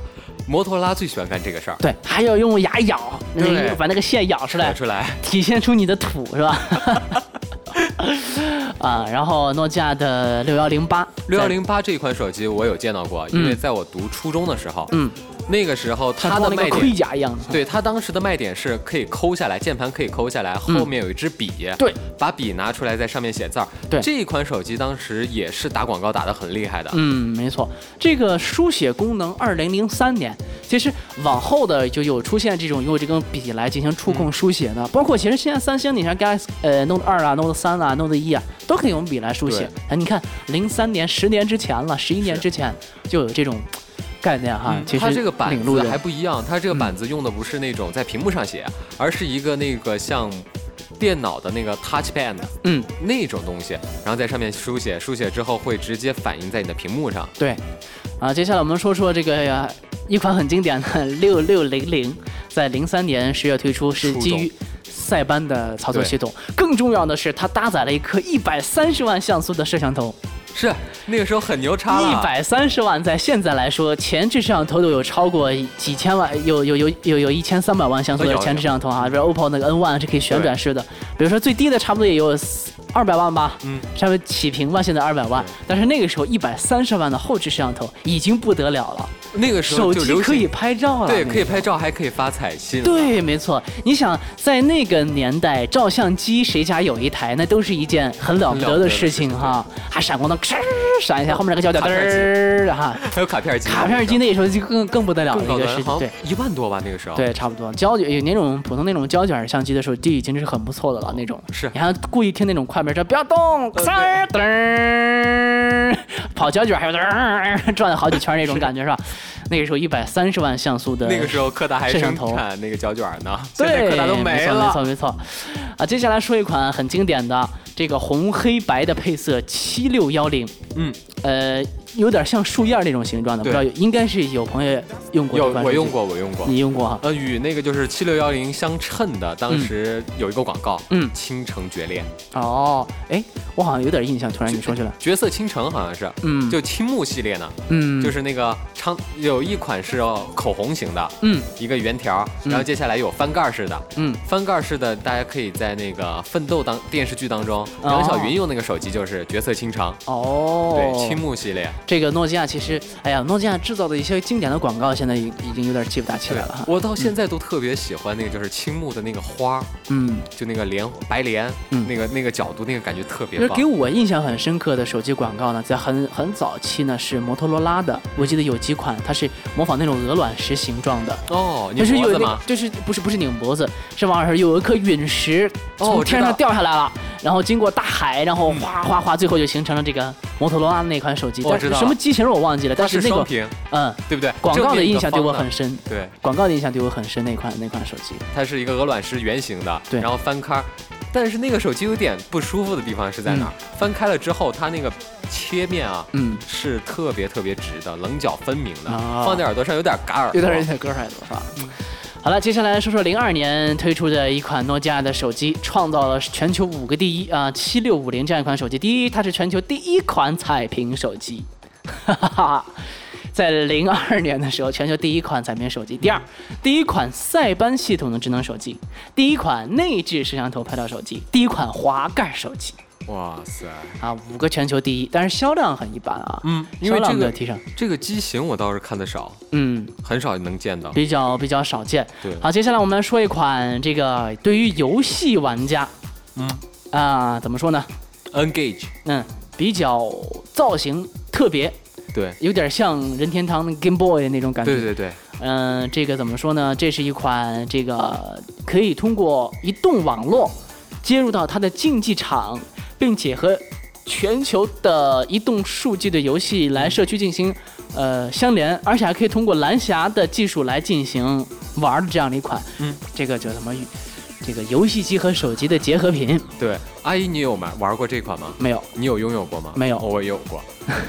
[SPEAKER 6] 摩托罗拉最喜欢干这个事儿，
[SPEAKER 5] 对，还要用牙咬，那
[SPEAKER 6] 对
[SPEAKER 5] 个把那个线咬出来
[SPEAKER 6] 甩，出来，
[SPEAKER 5] 体现出你的土是吧？啊，然后诺基亚的六幺零八，
[SPEAKER 6] 六幺零八这一款手机我有见到过，因为在我读初中的时候，
[SPEAKER 5] 嗯，
[SPEAKER 6] 那个时候它
[SPEAKER 5] 它
[SPEAKER 6] 的
[SPEAKER 5] 光那
[SPEAKER 6] 卖
[SPEAKER 5] 个盔
[SPEAKER 6] 点，
[SPEAKER 5] 甲一样的，
[SPEAKER 6] 对它当时的卖点是可以抠下来，键盘可以抠下来，后面有一支笔，
[SPEAKER 5] 嗯对，
[SPEAKER 6] 把笔拿出来在上面写字儿。
[SPEAKER 5] 对
[SPEAKER 6] 这一款手机当时也是打广告打得很厉害的，
[SPEAKER 5] 嗯，没错，这个书写功能，二零零三年，其实往后的就有出现这种用这根笔来进行触控书写
[SPEAKER 6] 嗯
[SPEAKER 5] 的，包括其实现在三星，你像 Galaxy 呃 Note 二啊、Note 三啊、Note 一啊，都可以用笔来书写
[SPEAKER 6] 对。
[SPEAKER 5] 哎，你看零三年、十年之前了，十一年
[SPEAKER 6] 是嗯
[SPEAKER 5] 之前就有这种概念哈。其实
[SPEAKER 6] 它这个板
[SPEAKER 5] 领路嗯
[SPEAKER 6] 子
[SPEAKER 5] 人
[SPEAKER 6] 还不一样，它这个板子用的不是那种在屏幕上写，而是一个那个像电脑的那个 Touch Pad
[SPEAKER 5] 嗯，
[SPEAKER 6] 那种东西，然后在上面书写，书写之后会直接反映在你的屏幕上。
[SPEAKER 5] 对，啊，接下来我们说说这个、呃一款很经典的 六六零零，在零三年十月推出，是
[SPEAKER 6] 触
[SPEAKER 5] 基
[SPEAKER 6] 动
[SPEAKER 5] 于塞班的操作
[SPEAKER 6] 对
[SPEAKER 5] 系统。更重要的是，它搭载了一颗一百三十万像素的摄像头，
[SPEAKER 6] 是那个时候很牛叉了，
[SPEAKER 5] 一百三十万在现在来说，前置摄像头都有超过几千万，有有有有有一千三百万像素
[SPEAKER 6] 哎
[SPEAKER 5] 的
[SPEAKER 6] 有
[SPEAKER 5] 前置摄像头哈，比如 OPPO 那个 N One 是可以旋转式的，比如说最低的差不多也有二百万吧，
[SPEAKER 6] 嗯，
[SPEAKER 5] 稍微起屏吧，现在二百万
[SPEAKER 6] 对，
[SPEAKER 5] 但是那个时候一百三十万的后置摄像头已经不得了了，
[SPEAKER 6] 那个时
[SPEAKER 5] 手
[SPEAKER 6] 候就
[SPEAKER 5] 机
[SPEAKER 6] 流
[SPEAKER 5] 可
[SPEAKER 6] 行
[SPEAKER 5] 以拍照了，
[SPEAKER 6] 对，
[SPEAKER 5] 那
[SPEAKER 6] 可以
[SPEAKER 5] 个
[SPEAKER 6] 拍照，还可以发彩信。，
[SPEAKER 5] 对，没错。你想，在那个年代，照相机谁家有一台，那都是一件很了不得的事情哈。还闪光灯哧闪一
[SPEAKER 6] 哦
[SPEAKER 5] 下，后面那个胶带
[SPEAKER 6] 卡
[SPEAKER 5] 嘚
[SPEAKER 6] 片机
[SPEAKER 5] 儿哈。
[SPEAKER 6] 还有卡片 机，
[SPEAKER 5] 卡片机那时候就更更不得了了
[SPEAKER 6] 更
[SPEAKER 5] 一
[SPEAKER 6] 高
[SPEAKER 5] 个
[SPEAKER 6] 端，
[SPEAKER 5] 事情，
[SPEAKER 6] 好
[SPEAKER 5] 对
[SPEAKER 6] 像一万多吧，那个时候。，
[SPEAKER 5] 对，差不多。胶卷有那种普通那种胶卷相机的时候，就已经是很不错的了那种。
[SPEAKER 6] 是呃
[SPEAKER 5] 你还要故意听那种快门声，不要动，嘚儿嘚儿，跑胶卷还有嘚儿转了好几圈那种感觉是吧？那个时候一百三十万像素的
[SPEAKER 6] 那个时候柯达还
[SPEAKER 5] 摄
[SPEAKER 6] 生
[SPEAKER 5] 像头
[SPEAKER 6] 产那个胶卷呢，现
[SPEAKER 5] 对，
[SPEAKER 6] 在柯达都没
[SPEAKER 5] 没
[SPEAKER 6] 了。
[SPEAKER 5] 错没错没错。啊，接下来说一款很经典的这个红黑白的配色七六幺零，
[SPEAKER 6] 嗯，
[SPEAKER 5] 呃，有点像树叶儿那种形状的，不
[SPEAKER 6] 对
[SPEAKER 5] 知道有应该是有朋友用过
[SPEAKER 6] 有
[SPEAKER 5] 这款手
[SPEAKER 6] 我
[SPEAKER 5] 机
[SPEAKER 6] 用，过，我用过。
[SPEAKER 5] 你用过哈？
[SPEAKER 6] 呃，与那个就是七六幺零相称的，当时有一个广告，
[SPEAKER 5] 嗯
[SPEAKER 6] 倾城绝恋，
[SPEAKER 5] 哦，哎，我好像有点印象，突然你说起来，
[SPEAKER 6] 角色倾城好像是，
[SPEAKER 5] 嗯，
[SPEAKER 6] 就青木系列呢，
[SPEAKER 5] 嗯
[SPEAKER 6] 就是那个长有一款是口红型的，
[SPEAKER 5] 嗯
[SPEAKER 6] 一个圆条，
[SPEAKER 5] 嗯
[SPEAKER 6] 然后接下来有翻盖式的，
[SPEAKER 5] 嗯，
[SPEAKER 6] 翻盖式的大家可以在那个奋斗当电视剧当中，杨晓云用那个手机就是角色倾城，对，
[SPEAKER 5] 哦哦，
[SPEAKER 6] 青木系列，
[SPEAKER 5] 这个诺基亚其实，哎呀，诺基亚制造的一些经典的广告，现在已已经有点记不大起来了哈。
[SPEAKER 6] 我到现在都特别喜欢那个就是青木的那个花儿，
[SPEAKER 5] 嗯，
[SPEAKER 6] 就那个莲白莲，
[SPEAKER 5] 嗯
[SPEAKER 6] 那个那个角度那个感觉特
[SPEAKER 5] 就是
[SPEAKER 6] 别棒
[SPEAKER 5] 给。我印象很深刻的手机广告呢，在很很早期呢是摩托罗拉的，我记得有几款它是模仿那种鹅卵石形状的，
[SPEAKER 6] 哦，你
[SPEAKER 5] 就是
[SPEAKER 6] 脖
[SPEAKER 5] 有
[SPEAKER 6] 子
[SPEAKER 5] 那
[SPEAKER 6] 吗
[SPEAKER 5] 个？就是不是不是拧脖子，是往上有一颗陨石
[SPEAKER 6] 哦
[SPEAKER 5] 从
[SPEAKER 6] 我知
[SPEAKER 5] 天上
[SPEAKER 6] 道嗯
[SPEAKER 5] 掉下来了，然后经过大海，然后哗哗哗，最后就形成了这个摩托罗拉那款手机，
[SPEAKER 6] 我
[SPEAKER 5] 但
[SPEAKER 6] 知
[SPEAKER 5] 是
[SPEAKER 6] 道
[SPEAKER 5] 什么机型我忘记了，但
[SPEAKER 6] 它
[SPEAKER 5] 是
[SPEAKER 6] 是
[SPEAKER 5] 那
[SPEAKER 6] 双
[SPEAKER 5] 个
[SPEAKER 6] 屏，
[SPEAKER 5] 嗯。
[SPEAKER 6] 对不对？
[SPEAKER 5] 广告
[SPEAKER 6] 正
[SPEAKER 5] 的
[SPEAKER 6] 面一
[SPEAKER 5] 印
[SPEAKER 6] 个
[SPEAKER 5] 象对我
[SPEAKER 6] 方的
[SPEAKER 5] 很深，
[SPEAKER 6] 对，
[SPEAKER 5] 广告的印象对我很深那款那款手机，
[SPEAKER 6] 它是一个鹅卵石圆形的，
[SPEAKER 5] 对
[SPEAKER 6] 然后翻开儿。但是那个手机有点不舒服的地方是在哪儿？翻开了之后，它那个切面啊
[SPEAKER 5] 嗯，
[SPEAKER 6] 是特别特别直的，棱角分明的，
[SPEAKER 5] 啊
[SPEAKER 6] 放在耳朵上有点 嘎耳朵。
[SPEAKER 5] 有点人点歌还多是吧？嗯好了，接下来说说零二年推出的一款诺基亚的手机，创造了全球五个第一啊，七六五零这样一款手机。第一，它是全球第一款彩屏手机， 哈哈哈。在零二年的时候，全球第一款彩屏手机，第二，第一款塞班系统的智能手机，第一款内置摄像头拍照手机，第一款滑盖手机
[SPEAKER 6] 哇塞！
[SPEAKER 5] 啊，五个全球第一，但是销量很一般啊，
[SPEAKER 6] 嗯，因
[SPEAKER 5] 销
[SPEAKER 6] 为这
[SPEAKER 5] 量没有
[SPEAKER 6] 个
[SPEAKER 5] 提升，
[SPEAKER 6] 这个机型我倒是看的少，
[SPEAKER 5] 嗯，
[SPEAKER 6] 很少能见到。
[SPEAKER 5] 比较比较少见。
[SPEAKER 6] 对
[SPEAKER 5] 好，接下来我们来说一款这个对于游戏玩家，
[SPEAKER 6] 嗯
[SPEAKER 5] 啊、怎么说呢？
[SPEAKER 6] ，Engage，
[SPEAKER 5] 嗯，比较造型特别，
[SPEAKER 6] 对
[SPEAKER 5] 有点像任天堂的 Game Boy 那种感觉。
[SPEAKER 6] 对对对，
[SPEAKER 5] 嗯、这个怎么说呢？这是一款这个可以通过移动网络接入到它的竞技场，并且和全球的移动数据的游戏来社区进行呃相连，而且还可以通过蓝牙的技术来进行玩儿的这样的一款，
[SPEAKER 6] 嗯，
[SPEAKER 5] 这个叫什么？这个游戏机和手机的结合品，
[SPEAKER 6] 对，阿姨，你有买玩过这款吗？
[SPEAKER 5] 没有，
[SPEAKER 6] 你有拥有过吗？
[SPEAKER 5] 没有
[SPEAKER 6] 哦我也有过。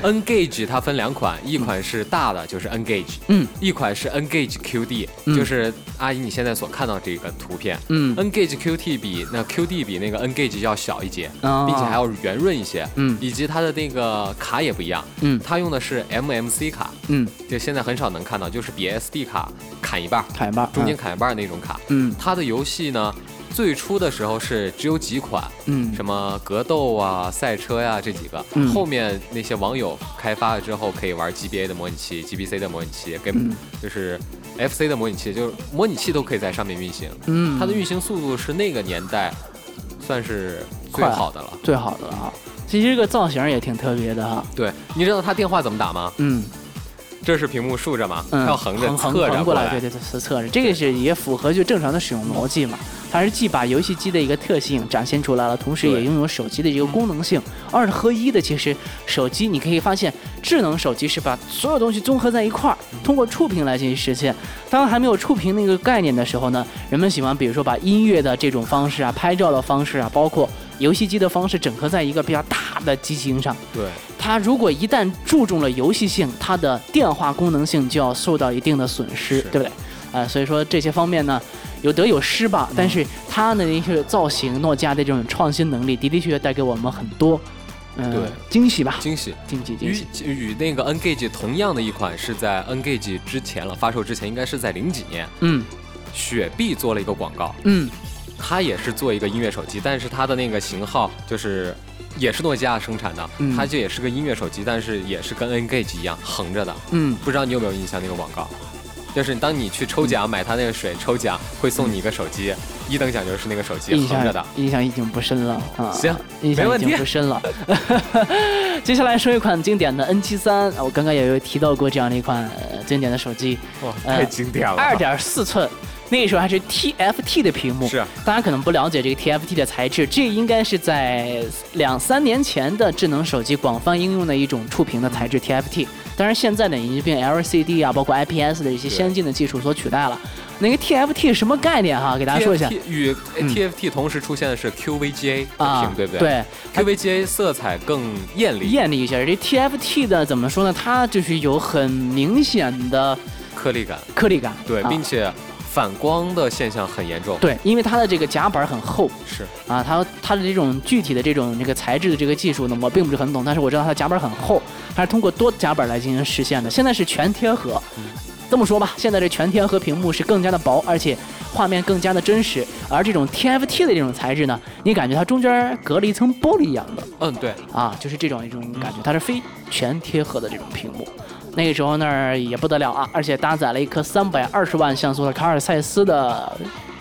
[SPEAKER 6] Engage 它分两款，一款是大的，就是 Engage，
[SPEAKER 5] 嗯，
[SPEAKER 6] 一款是 Engage QD，、
[SPEAKER 5] 嗯
[SPEAKER 6] 就是阿姨你现在所看到这个图片。
[SPEAKER 5] 嗯
[SPEAKER 6] Engage QT 比那 QD 比那个 Engage 要小一截，
[SPEAKER 5] 哦
[SPEAKER 6] 并且还要圆润一些，
[SPEAKER 5] 嗯
[SPEAKER 6] 以及它的那个卡也不一样，
[SPEAKER 5] 嗯
[SPEAKER 6] 它用的是 MMC 卡，
[SPEAKER 5] 嗯，
[SPEAKER 6] 就现在很少能看到，就是比 SD 卡砍一半儿，
[SPEAKER 5] 砍一半儿，
[SPEAKER 6] 中间砍一半儿那种卡。
[SPEAKER 5] 嗯
[SPEAKER 6] 它的游戏呢，最初的时候是只有几款，
[SPEAKER 5] 嗯
[SPEAKER 6] 什么格斗啊、赛车呀、这几个。
[SPEAKER 5] 嗯
[SPEAKER 6] 后面那些网友开发了之后，可以玩 GBA 的模拟器、GBC 的模拟器，跟
[SPEAKER 5] 嗯
[SPEAKER 6] 就是 FC 的模拟器，就是模拟器都可以在上面运行。
[SPEAKER 5] 嗯，
[SPEAKER 6] 它的运行速度是那个年代算是最
[SPEAKER 5] 快啊了
[SPEAKER 6] 好的了。
[SPEAKER 5] 最好的了哈。其实这个造型也挺特别的哈，
[SPEAKER 6] 对，你知道它电话怎么打吗？
[SPEAKER 5] 嗯
[SPEAKER 6] 这是屏幕竖着嘛，它
[SPEAKER 5] 嗯，
[SPEAKER 6] 要横着
[SPEAKER 5] 横
[SPEAKER 6] 侧着
[SPEAKER 5] 横过
[SPEAKER 6] 来。嗯
[SPEAKER 5] 对对对，侧侧着，这个是也符合就正常的使用逻辑嘛。它是既把游戏机的一个特性展现出来了，同时也
[SPEAKER 6] 对
[SPEAKER 5] 拥有手机的一个功能性，二合一的。其实手机你可以发现，智能手机是把所有东西综合在一块儿，通过触屏来进行实现。当还没有触屏那个概念的时候呢，人们喜欢比如说把音乐的这种方式啊、拍照的方式啊，包括游戏机的方式，整合在一个比较大的机型上。
[SPEAKER 6] 对，
[SPEAKER 5] 它如果一旦注重了游戏性，它的电话功能性就要受到一定的损失，
[SPEAKER 6] 是
[SPEAKER 5] 对不对？呃，所以说这些方面呢，有得有失吧。
[SPEAKER 6] 嗯
[SPEAKER 5] 但是它的那些造型，诺基亚的这种创新能力，的的确确带给我们很多，嗯、
[SPEAKER 6] 对
[SPEAKER 5] 惊喜吧，
[SPEAKER 6] 惊喜。
[SPEAKER 5] 惊喜惊
[SPEAKER 6] 与
[SPEAKER 5] 喜。
[SPEAKER 6] 与那个 Engage 同样的一款是在 Engage 之前了，发售之前应该是在零几年，
[SPEAKER 5] 嗯
[SPEAKER 6] 雪碧做了一个广告，
[SPEAKER 5] 嗯
[SPEAKER 6] 它也是做一个音乐手机，但是它的那个型号就是也是诺基亚生产的，
[SPEAKER 5] 嗯
[SPEAKER 6] 它就也是个音乐手机，但是也是跟 Engage 一样横着的，
[SPEAKER 5] 嗯，
[SPEAKER 6] 不知道你有没有印象那个广告？就是当你去抽奖买它那个水，抽奖会送你一个手机，一等奖就是那个手机
[SPEAKER 5] 印
[SPEAKER 6] 横着
[SPEAKER 5] 象
[SPEAKER 6] 的。
[SPEAKER 5] 印象已经不深了啊。
[SPEAKER 6] 行
[SPEAKER 5] 印象
[SPEAKER 6] 没
[SPEAKER 5] 已
[SPEAKER 6] 问
[SPEAKER 5] 经
[SPEAKER 6] 题
[SPEAKER 5] 不深了。 接下来说一款经典的 N 7 3我刚刚也有提到过这样的一款、呃经典的手机，
[SPEAKER 6] 哇，
[SPEAKER 5] 呃
[SPEAKER 6] 太经典了！
[SPEAKER 5] 二点四寸，那个时候还是 TFT 的屏幕。
[SPEAKER 6] 是啊嗯
[SPEAKER 5] 大家可能不了解这个 TFT 的材质，这应该是在两三年前的智能手机广泛应用的一种触屏的材质 TFT。当然，现在呢已经被 LCD 啊，包括 IPS 的一些先进的技术所取代了。那个 TFT 是什么概念哈、给大家说一下
[SPEAKER 6] TFT 与呃
[SPEAKER 5] 嗯
[SPEAKER 6] TFT 同时出现的是 QVGA 的
[SPEAKER 5] 啊
[SPEAKER 6] 屏，，对不对？
[SPEAKER 5] 对，
[SPEAKER 6] ，QVGA 色彩更艳丽，
[SPEAKER 5] 艳丽一下。这 TFT 的怎么说呢？它就是有很明显的
[SPEAKER 6] 颗粒感，
[SPEAKER 5] 颗粒感，
[SPEAKER 6] 对，
[SPEAKER 5] 啊
[SPEAKER 6] 并且反光的现象很严重。，
[SPEAKER 5] 对，因为它的这个夹板很厚，
[SPEAKER 6] 是
[SPEAKER 5] 啊，它它的这种具体的这种这个材质的这个技术呢，我并不是很懂，但是我知道它的夹板很厚，它是通过多夹板来进行实现的。现在是全贴合，这么说吧，现在这全贴合屏幕是更加的薄，而且画面更加的真实。而这种 TFT 的这种材质呢，你感觉它中间隔了一层玻璃一样的
[SPEAKER 6] 嗯，对，
[SPEAKER 5] 啊，就是这种一种感觉，它是非全贴合的这种屏幕。那个时候那儿也不得了啊，而且搭载了一颗三百二十万像素的卡尔赛斯的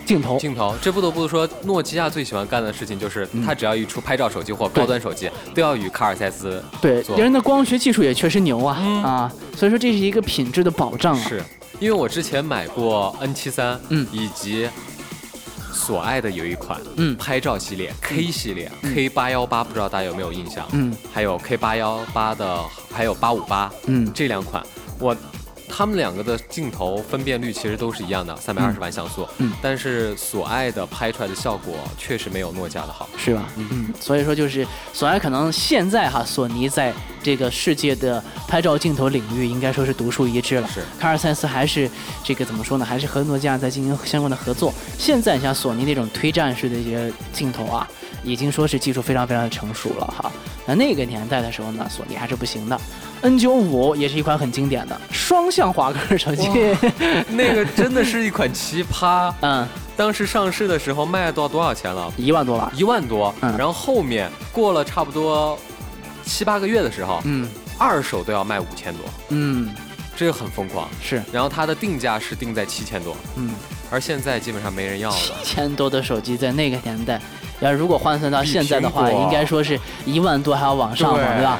[SPEAKER 5] 镜头，
[SPEAKER 6] 镜头，这不得不说，诺基亚最喜欢干的事情就是，
[SPEAKER 5] 嗯
[SPEAKER 6] 它只要一出拍照手机或高端手机，都要与卡尔赛斯
[SPEAKER 5] 对，
[SPEAKER 6] 做
[SPEAKER 5] 人的光学技术也确实牛啊、
[SPEAKER 6] 嗯
[SPEAKER 5] 啊，所以说这是一个品质的保障啊。
[SPEAKER 6] 是。因为我之前买过 N 7 3
[SPEAKER 5] 嗯
[SPEAKER 6] 以及所爱的有一款，
[SPEAKER 5] 嗯
[SPEAKER 6] 拍照系列 K 系列 K 八幺八，不知道大家有没有印象？
[SPEAKER 5] 嗯
[SPEAKER 6] 还有 K 八幺八的，还有八五八，
[SPEAKER 5] 嗯
[SPEAKER 6] 这两款，我他们两个的镜头分辨率其实都是一样的，三百二十万像素，
[SPEAKER 5] 嗯
[SPEAKER 6] 但是索爱的拍出来的效果确实没有诺基亚的好，
[SPEAKER 5] 是吧？嗯，所以说就是索爱可能现在哈，索尼在这个世界的拍照镜头领域应该说是独树一帜了。
[SPEAKER 6] 是
[SPEAKER 5] 卡尔赛斯还是这个怎么说呢？还是和诺基亚在进行相关的合作。现在像索尼那种推战式的一些镜头啊，已经说是技术非常非常的成熟了哈。那那个年代的时候呢，索尼还是不行的。N 9 5也是一款很经典的双向滑盖手机，
[SPEAKER 6] 那个真的是一款奇葩。
[SPEAKER 5] 嗯，
[SPEAKER 6] 当时上市的时候卖到多少钱了？
[SPEAKER 5] 一万多吧。
[SPEAKER 6] 一万多，
[SPEAKER 5] 嗯
[SPEAKER 6] 然后后面过了差不多七八个月的时候，
[SPEAKER 5] 嗯
[SPEAKER 6] 二手都要卖五千多，
[SPEAKER 5] 嗯，
[SPEAKER 6] 这个很疯狂。
[SPEAKER 5] 是，
[SPEAKER 6] 然后它的定价是定在七千多，
[SPEAKER 5] 嗯，
[SPEAKER 6] 而现在基本上没人要
[SPEAKER 5] 七
[SPEAKER 6] 了。
[SPEAKER 5] 千多的手机在那个年代，要是如果换算到现在的话，
[SPEAKER 6] 比苹果
[SPEAKER 5] 应该说是一万多还要往上嘛，
[SPEAKER 6] 对
[SPEAKER 5] 对吧？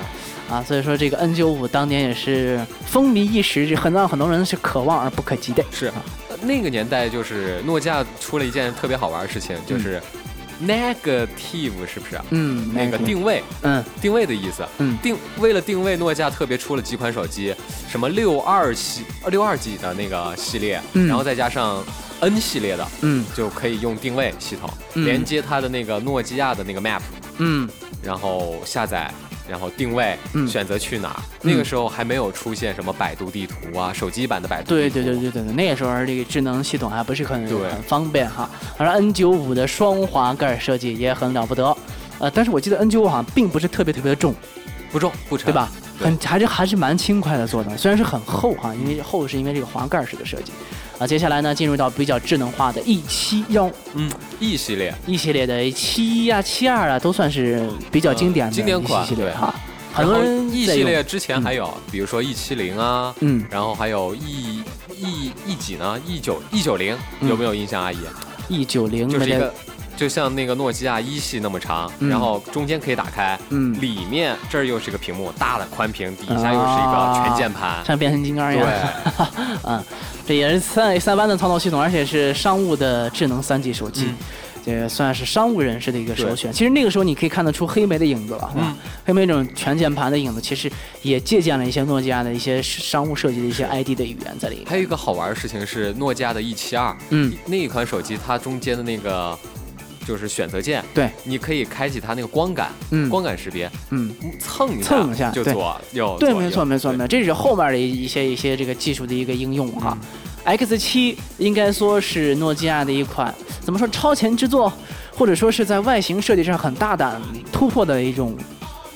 [SPEAKER 5] 啊，所以说这个 N 9 5当年也是风靡一时，是很让很多人是可望而不可及的。
[SPEAKER 6] 是呃那个年代，就是诺基亚出了一件特别好玩的事情，就是 negative 是不是啊？
[SPEAKER 5] 嗯，
[SPEAKER 6] 那个定位，
[SPEAKER 5] 嗯
[SPEAKER 6] 定位的意思。
[SPEAKER 5] 嗯
[SPEAKER 6] 定为了定位，诺基亚特别出了几款呃手机，什么六二系、六二几的那个系列，
[SPEAKER 5] 嗯
[SPEAKER 6] 然后再加上 N 系列的，
[SPEAKER 5] 嗯
[SPEAKER 6] 就可以用定位系统
[SPEAKER 5] 嗯
[SPEAKER 6] 连接它的那个诺基亚的那个 Map，
[SPEAKER 5] 嗯
[SPEAKER 6] 然后下载，然后定位，
[SPEAKER 5] 嗯
[SPEAKER 6] 选择去哪儿。
[SPEAKER 5] 嗯
[SPEAKER 6] 那个时候还没有出现什么百度地图啊，手机版的百度
[SPEAKER 5] 对
[SPEAKER 6] 地
[SPEAKER 5] 对
[SPEAKER 6] 图。
[SPEAKER 5] 对对对对，那个时候这个智能系统还不是很
[SPEAKER 6] 对
[SPEAKER 5] 很方便哈。而 N 9 5的双滑盖设计也很了不得，呃，但是我记得 N 9 5好像并不是特别特别的重，
[SPEAKER 6] 不重不沉，
[SPEAKER 5] 对吧？
[SPEAKER 6] 对
[SPEAKER 5] 很还是还是蛮轻快的做的，虽然是很厚哈，因为厚是因为这个滑盖式的设计。啊，接下来呢，进入到比较智能化的 E 7 1
[SPEAKER 6] 嗯，E 系列
[SPEAKER 5] 一系列的七呀、七二啊，都算是比较经典的、
[SPEAKER 6] 嗯经典款
[SPEAKER 5] 系列
[SPEAKER 6] 对
[SPEAKER 5] 哈。很多人
[SPEAKER 6] 然后 E
[SPEAKER 5] 在
[SPEAKER 6] 系
[SPEAKER 5] 用
[SPEAKER 6] 列之前还有，比如说 E 七零啊，
[SPEAKER 5] 嗯
[SPEAKER 6] 然后还有 E E E 几呢？E 九 E 九零
[SPEAKER 5] 嗯
[SPEAKER 6] 有没有印象？阿姨，
[SPEAKER 5] E 9 0
[SPEAKER 6] 就是一
[SPEAKER 5] 那
[SPEAKER 6] 个。就像那个诺基亚一系那么长，
[SPEAKER 5] 嗯
[SPEAKER 6] 然后中间可以打开，
[SPEAKER 5] 嗯
[SPEAKER 6] 里面这儿又是个屏幕，大的宽屏，底下又是一个全键盘，
[SPEAKER 5] 像变形金刚一样，
[SPEAKER 6] 对，
[SPEAKER 5] 啊，这也是三 A 三班的操作系统，而且是商务的智能三 G 手机
[SPEAKER 6] 嗯，
[SPEAKER 5] 这算是商务人士的一个首
[SPEAKER 6] 对嗯
[SPEAKER 5] 选。其实那个时候你可以看得出黑莓的影子了，是吧？黑莓那种全键盘的影子，其实也借鉴了一些诺基亚的一些商务设计的一些 ID 的语言在里面。
[SPEAKER 6] 还有一个好玩的事情是，诺基亚的 E 七二
[SPEAKER 5] 嗯，
[SPEAKER 6] 那一款手机，它中间的那个就是选择键，
[SPEAKER 5] 对，
[SPEAKER 6] 你可以开启它那个光感，
[SPEAKER 5] 嗯
[SPEAKER 6] 光感识别，
[SPEAKER 5] 嗯。
[SPEAKER 6] 蹭一下，
[SPEAKER 5] 蹭一下
[SPEAKER 6] 就
[SPEAKER 5] 对
[SPEAKER 6] 左右，
[SPEAKER 5] 对，
[SPEAKER 6] 左
[SPEAKER 5] 没
[SPEAKER 6] 右
[SPEAKER 5] 错，没错，
[SPEAKER 6] 对
[SPEAKER 5] 没错，这是后面的一些一些这个技术的一个应用哈。X
[SPEAKER 6] 嗯
[SPEAKER 5] 7应该说是诺基亚的一款怎么说超前之作，或者说是在外形设计上很大胆突破的一种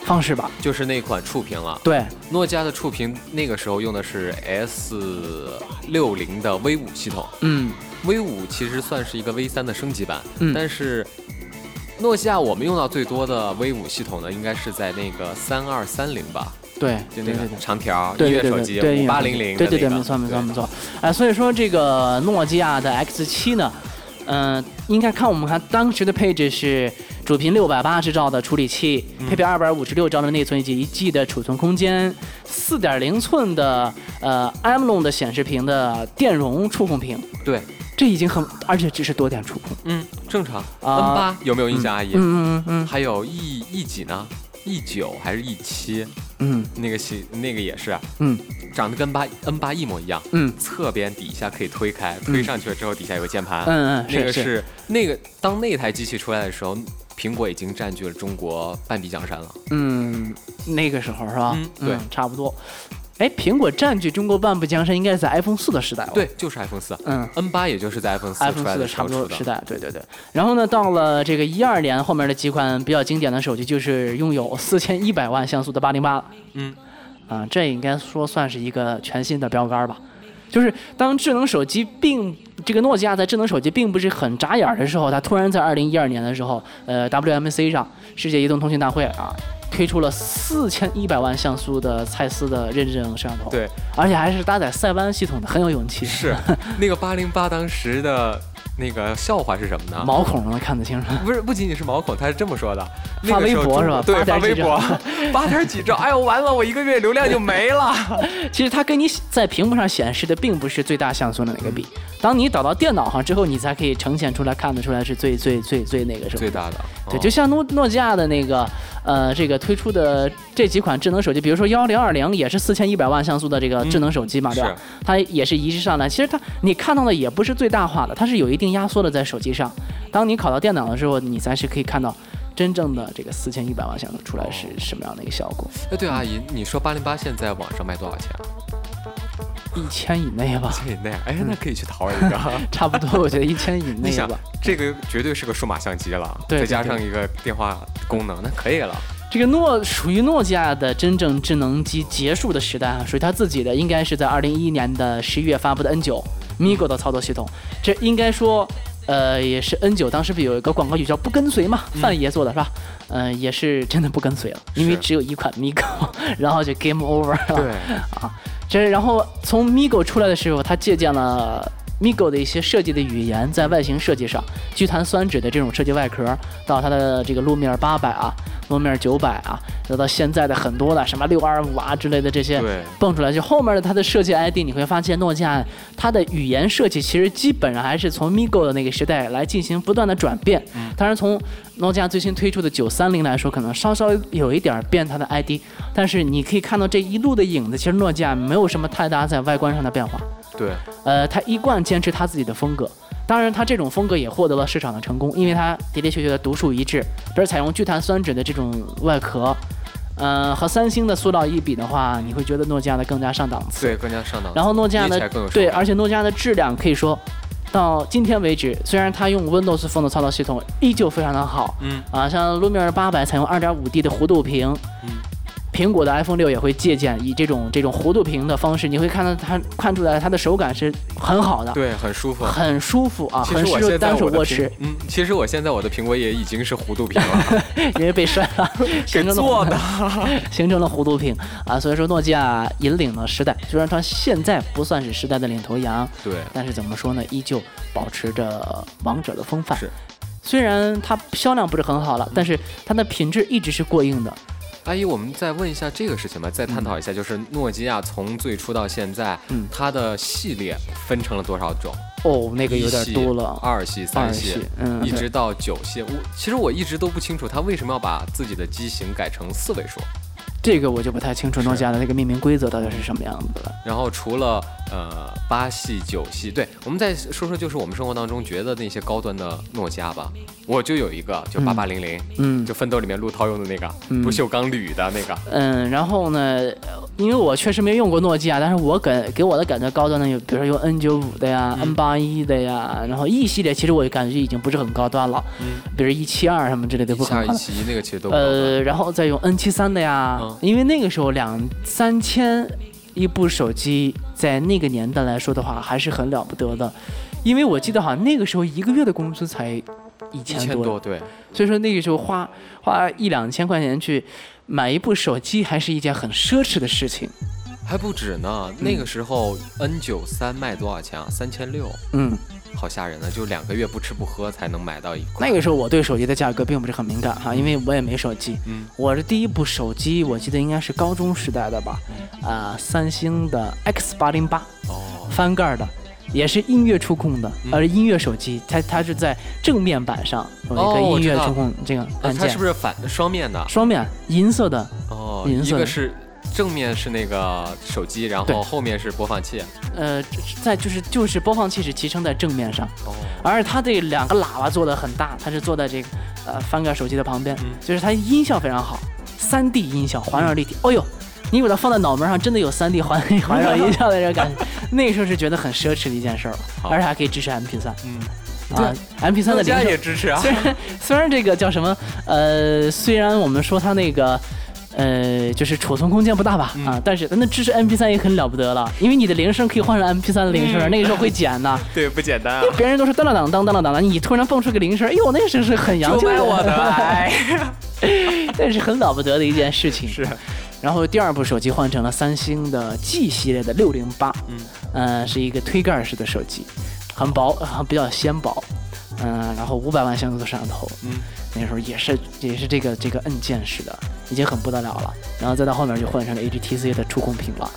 [SPEAKER 5] 方式吧。
[SPEAKER 6] 就是那款触屏了。
[SPEAKER 5] 对，
[SPEAKER 6] 诺基亚的触屏那个时候用的是 S 六零的 V 五系统
[SPEAKER 5] 嗯
[SPEAKER 6] ，V 五其实算是一个 V 三的升级版，
[SPEAKER 5] 嗯
[SPEAKER 6] 但是。诺基亚我们用到最多的 V 五系统呢，应该是在那个三二三零吧，
[SPEAKER 5] 对，
[SPEAKER 6] 就
[SPEAKER 5] 对对
[SPEAKER 6] 那个
[SPEAKER 5] 对。
[SPEAKER 6] 长条
[SPEAKER 5] 对
[SPEAKER 6] 音
[SPEAKER 5] 对
[SPEAKER 6] 乐
[SPEAKER 5] 对
[SPEAKER 6] 手
[SPEAKER 5] 对
[SPEAKER 6] 机
[SPEAKER 5] 对音
[SPEAKER 6] 五
[SPEAKER 5] 乐
[SPEAKER 6] 八
[SPEAKER 5] 手机
[SPEAKER 6] 零零，
[SPEAKER 5] 对对对，没错没错没错。哎，所以说这个诺基亚的 X 7呢，嗯，应该看我们看当时的配置是主频六百八十兆的处理器，
[SPEAKER 6] 嗯
[SPEAKER 5] 配备二百五十六兆的内存以及一 G 的储存空间，四点零寸的呃 AMOLED 的显示屏的电容触控屏，
[SPEAKER 6] 对，
[SPEAKER 5] 这已经很，而且只是多点触控。
[SPEAKER 6] 嗯，正常。N
[SPEAKER 5] 啊
[SPEAKER 6] 八有没有印象，阿姨？
[SPEAKER 5] 嗯嗯嗯
[SPEAKER 6] 还有 E E 几呢？E 九还是 E 七？
[SPEAKER 5] 嗯
[SPEAKER 6] 那个系那个也是啊，
[SPEAKER 5] 嗯
[SPEAKER 6] 长得跟八 N 八一模一样。
[SPEAKER 5] 嗯
[SPEAKER 6] 侧边底下可以推开，推上去了之后底下有个键盘。
[SPEAKER 5] 嗯嗯，
[SPEAKER 6] 那个
[SPEAKER 5] 是
[SPEAKER 6] 是那个当那台机器出来的时候，苹果已经占据了中国半壁江山了。
[SPEAKER 5] 嗯，那个时候是吧？
[SPEAKER 6] 嗯对
[SPEAKER 5] 差不多。哎，苹果占据中国半部江山，应该是在 iPhone 四的时代吧？
[SPEAKER 6] 对，，就是 iPhone 四
[SPEAKER 5] 嗯。
[SPEAKER 6] ，N 八也就是在 iPhone 四出
[SPEAKER 5] iPhone
[SPEAKER 6] 来
[SPEAKER 5] 四
[SPEAKER 6] 的
[SPEAKER 5] 的
[SPEAKER 6] 时
[SPEAKER 5] 差
[SPEAKER 6] 候
[SPEAKER 5] 不
[SPEAKER 6] 出
[SPEAKER 5] 多
[SPEAKER 6] 的
[SPEAKER 5] 时。代，对对对。然后呢，到了这个一二年后面的几款比较经典的手机，就是拥有四千一百万像素的八零八，
[SPEAKER 6] 嗯，
[SPEAKER 5] 啊，这应该说算是一个全新的标杆吧。就是当智能手机并这个诺基亚在智能手机并不是很扎眼儿的时候，它突然在二零一二年的时候，呃，WMC 上世界移动通信大会啊，推出了四千一百万像素的蔡司的认证摄像头，，
[SPEAKER 6] 对，
[SPEAKER 5] 而且还是搭载塞班系统的，很有勇气，
[SPEAKER 6] 是 那个八零八当时的那个笑话是什么呢？
[SPEAKER 5] 毛孔都能看得清楚。
[SPEAKER 6] 不是，不仅仅是毛孔，他是这么说的。
[SPEAKER 5] 发
[SPEAKER 6] 那个时候
[SPEAKER 5] 微博
[SPEAKER 6] 中
[SPEAKER 5] 是吧
[SPEAKER 6] 对，发
[SPEAKER 5] 八点
[SPEAKER 6] 微
[SPEAKER 5] 几
[SPEAKER 6] 博，八点几兆，哎呦，完了，我一个月流量就 没了。
[SPEAKER 5] 其实它跟你在屏幕上显示的并不是最大像素的那个比，
[SPEAKER 6] 嗯
[SPEAKER 5] 当你导到电脑上之后，你才可以呈现出来，看得出来是最最最最那个什么
[SPEAKER 6] 最。大的，
[SPEAKER 5] 对，
[SPEAKER 6] 嗯
[SPEAKER 5] 就像诺诺基亚的那个，呃，这个推出的这几款智能手机，比如说幺零二零也是四千一百万像素的这个智能手
[SPEAKER 6] 嗯
[SPEAKER 5] 机嘛，对吧？它也是移植上来。其实它你看到的也不是最大化的，它是有一定压缩的在手机上。当你拷到电脑的时候，你才是可以看到真正的这个四千一百万像素出来
[SPEAKER 6] 哦
[SPEAKER 5] 是什么样的一个效果，
[SPEAKER 6] 哎，对，阿姨，你说八零八现在网上卖多少钱？啊
[SPEAKER 5] 一千以内吧。
[SPEAKER 6] 这那样，哎，那可以去淘一 个。
[SPEAKER 5] 差不多， 我觉得一千以
[SPEAKER 6] 你
[SPEAKER 5] 内
[SPEAKER 6] 想
[SPEAKER 5] 吧。，
[SPEAKER 6] 这个绝对是个数码相机了，
[SPEAKER 5] 对
[SPEAKER 6] 再
[SPEAKER 5] 对
[SPEAKER 6] 加
[SPEAKER 5] 对
[SPEAKER 6] 上一个电话功能，那可以了。
[SPEAKER 5] 这个诺属于诺基亚的真正智能机结束的时代啊，属于它自己的，应该是在二零一一年的十一月发布的 N 9 Migo 的操作系统。这应该说，呃，也是 N 9当时不有一个广告语叫“不跟随”嘛，范爷做的是吧？嗯、呃，也是真的不跟随了，因为
[SPEAKER 6] 是
[SPEAKER 5] 只有一款 Migo，然 后就 Game Over 了。
[SPEAKER 6] 对，
[SPEAKER 5] 啊这然后从 Migo 出来的时候，它借鉴了 Migo 的一些设计的语言，在外形设计上，聚碳酸酯的这种设计外壳，到它的这个路面八百啊、路面九百啊，再到现在的很多的什么六二五啊之类的这些
[SPEAKER 6] 对
[SPEAKER 5] 蹦出来，就后面的它的设计 ID，你会发现诺基亚它的语言设计其实基本上还是从 Migo 的那个时代来进行不断的转变。当然，从诺基亚最新推出的九三零来说，可能稍稍有一点儿变它的 ID，但是你可以看到这一路的影子，其实诺基亚没有什么太大在外观上的变化。
[SPEAKER 6] 对，
[SPEAKER 5] 呃，它一贯坚持它自己的风格，当然，它这种风格也获得了市场的成功，因为它的的确确的独树一帜，比如采用聚碳酸酯的这种外壳。呃，和三星的塑料一比的话，你会觉得诺基亚的更加上档次。
[SPEAKER 6] 对，更加上档次。
[SPEAKER 5] 然后诺基亚
[SPEAKER 6] 捏起
[SPEAKER 5] 的
[SPEAKER 6] 来更有手
[SPEAKER 5] 对，
[SPEAKER 6] 感
[SPEAKER 5] 而且诺基亚的质量可以说，到今天为止，虽然它用 Windows Phone 的操作系统依旧非常的好，
[SPEAKER 6] 嗯
[SPEAKER 5] 啊，像 Lumia 八百采用 2.5D 的弧度屏，
[SPEAKER 6] 嗯
[SPEAKER 5] 苹果的 iPhone 六也会借鉴以这种这种弧度屏的方式，你会看到它看出来它的手感是很好的，
[SPEAKER 6] 对，很舒服。
[SPEAKER 5] 很舒服啊，
[SPEAKER 6] 其
[SPEAKER 5] 很
[SPEAKER 6] 实我
[SPEAKER 5] 适合
[SPEAKER 6] 现在
[SPEAKER 5] 单手
[SPEAKER 6] 我的
[SPEAKER 5] 握
[SPEAKER 6] 苹
[SPEAKER 5] 持，，
[SPEAKER 6] 嗯，其实我现在我的苹果也已经是弧度 屏了，
[SPEAKER 5] 因为被摔了，
[SPEAKER 6] 给
[SPEAKER 5] 形成了
[SPEAKER 6] 做的。
[SPEAKER 5] 形成了弧度屏啊，所以说诺基亚引领了时代，虽然它现在不算是时代的领头羊，
[SPEAKER 6] 对，
[SPEAKER 5] 但是怎么说呢，依旧保持着王者的风范。
[SPEAKER 6] 是，
[SPEAKER 5] 虽然它销量不是很好了，但是它的品质一直是过硬的。
[SPEAKER 6] 阿姨，我们再问一下这个事情吧，再探讨一下，就是诺基亚从最初到现在，
[SPEAKER 5] 嗯
[SPEAKER 6] 它的系列分成了多少种？
[SPEAKER 5] 哦，那个有点
[SPEAKER 6] 一系
[SPEAKER 5] 多了，啊
[SPEAKER 6] 二系、
[SPEAKER 5] 二
[SPEAKER 6] 三
[SPEAKER 5] 系
[SPEAKER 6] 系，，
[SPEAKER 5] 嗯
[SPEAKER 6] 一，直到九系。我其实我一直都不清楚它为什么要把自己的机型改成四位数。
[SPEAKER 5] 这个我就不太清楚诺基亚的那个命名规则到底是什么样子了。
[SPEAKER 6] 然后除了呃八系、九系，对，我们再说说就是我们生活当中觉得那些高端的诺基亚吧。我就有一个，就
[SPEAKER 5] 嗯
[SPEAKER 6] 八八零零，
[SPEAKER 5] 嗯
[SPEAKER 6] 就奋斗里面陆涛用的那个
[SPEAKER 5] 嗯
[SPEAKER 6] 不锈钢铝的那个，
[SPEAKER 5] 嗯，然后呢，因为我确实没用过诺基亚，但是我给给我的感觉高端的有，比如说有 N 九五的
[SPEAKER 6] 嗯
[SPEAKER 5] 呀、N 八一的呀，然后 E 系列其实我感觉已经不是很高端了，比如一七二什么之类的不
[SPEAKER 6] 一
[SPEAKER 5] 很高
[SPEAKER 6] 下嗯一
[SPEAKER 5] 端。
[SPEAKER 6] 起那个其实都不高端
[SPEAKER 5] 呃，然后再用 N 七三的呀，
[SPEAKER 6] 嗯
[SPEAKER 5] 因为那个时候两三千一部手机，在那个年代来说的话，还是很了不得的，因为我记得好像那个时候一个月的工资才一
[SPEAKER 6] 一
[SPEAKER 5] 千
[SPEAKER 6] 千
[SPEAKER 5] 多
[SPEAKER 6] 多，对，
[SPEAKER 5] 所以说那个时候花花一两千块钱去买一部手机，还是一件很奢侈的事情。
[SPEAKER 6] 还不止
[SPEAKER 5] 嗯
[SPEAKER 6] 呢。那个时候 N 九三卖多少钱啊？三千六，
[SPEAKER 5] 嗯，
[SPEAKER 6] 好吓人啊！就两个月不吃不喝才能买到一款。
[SPEAKER 5] 那个时候我对手机的价格并不是很敏感哈，因为我也没手机。
[SPEAKER 6] 嗯，
[SPEAKER 5] 我的第一部手机我记得应该是高中时代的吧，
[SPEAKER 6] 嗯
[SPEAKER 5] 啊、三星的 X 八零八
[SPEAKER 6] 哦，
[SPEAKER 5] 翻盖儿的。也是音乐触控的，
[SPEAKER 6] 嗯
[SPEAKER 5] 而音乐手机，它它是在正面板上有一个
[SPEAKER 6] 哦我
[SPEAKER 5] 音
[SPEAKER 6] 知
[SPEAKER 5] 乐
[SPEAKER 6] 道
[SPEAKER 5] 触控这个
[SPEAKER 6] 呃
[SPEAKER 5] 按
[SPEAKER 6] 它
[SPEAKER 5] 键，
[SPEAKER 6] 是不是反双面的？
[SPEAKER 5] 双面银色的，
[SPEAKER 6] 哦，
[SPEAKER 5] 银
[SPEAKER 6] 一
[SPEAKER 5] 色的
[SPEAKER 6] 个是正面是那个手机，然
[SPEAKER 5] 对
[SPEAKER 6] 后后面是播放器。
[SPEAKER 5] 呃，在就是就是播放器是集成在正面上，
[SPEAKER 6] 哦，
[SPEAKER 5] 而它这两个喇叭做的很大，它是坐在这个呃翻盖手机的旁边，
[SPEAKER 6] 嗯
[SPEAKER 5] 就是它音效非常好，3 D 音效环绕立体。哦呦，你把它放在脑门上，真的有3 D 环环绕音效的这个感觉。那个时候是觉得很奢侈的一件事儿了，
[SPEAKER 6] 好
[SPEAKER 5] 而且还可以支持 MP 3
[SPEAKER 6] 嗯，
[SPEAKER 5] 啊，MP 3的
[SPEAKER 6] 诺基亚
[SPEAKER 5] 零
[SPEAKER 6] 也
[SPEAKER 5] 售。
[SPEAKER 6] 支持 啊。
[SPEAKER 5] 虽然虽然这个叫什么呃，虽然我们说它那个。呃，就是储存空间不大吧，
[SPEAKER 6] 嗯
[SPEAKER 5] 啊，但是那支持 MP 3也很了不得了，因为你的铃声可以换成 MP 3的铃声，那个时候会剪的，
[SPEAKER 6] 对，不简单啊。
[SPEAKER 5] 别人都是当当当当当当当当，你突然蹦出个铃声，哎呦，那是是很洋气
[SPEAKER 6] 就买 我的，哎，
[SPEAKER 5] 那是很了不得的一件事情。是。然后第二部手机换成了三星的 G 系列的六零八，
[SPEAKER 6] 嗯，
[SPEAKER 5] 呃，是一个推盖式的手机，很薄，很比较纤薄，嗯、然后五百万像素的摄像头，
[SPEAKER 6] 嗯，
[SPEAKER 5] 那时候也是也是这个这个按键式的，已经很不得了了。然后再到后面就换成了 HTC 的触控屏了。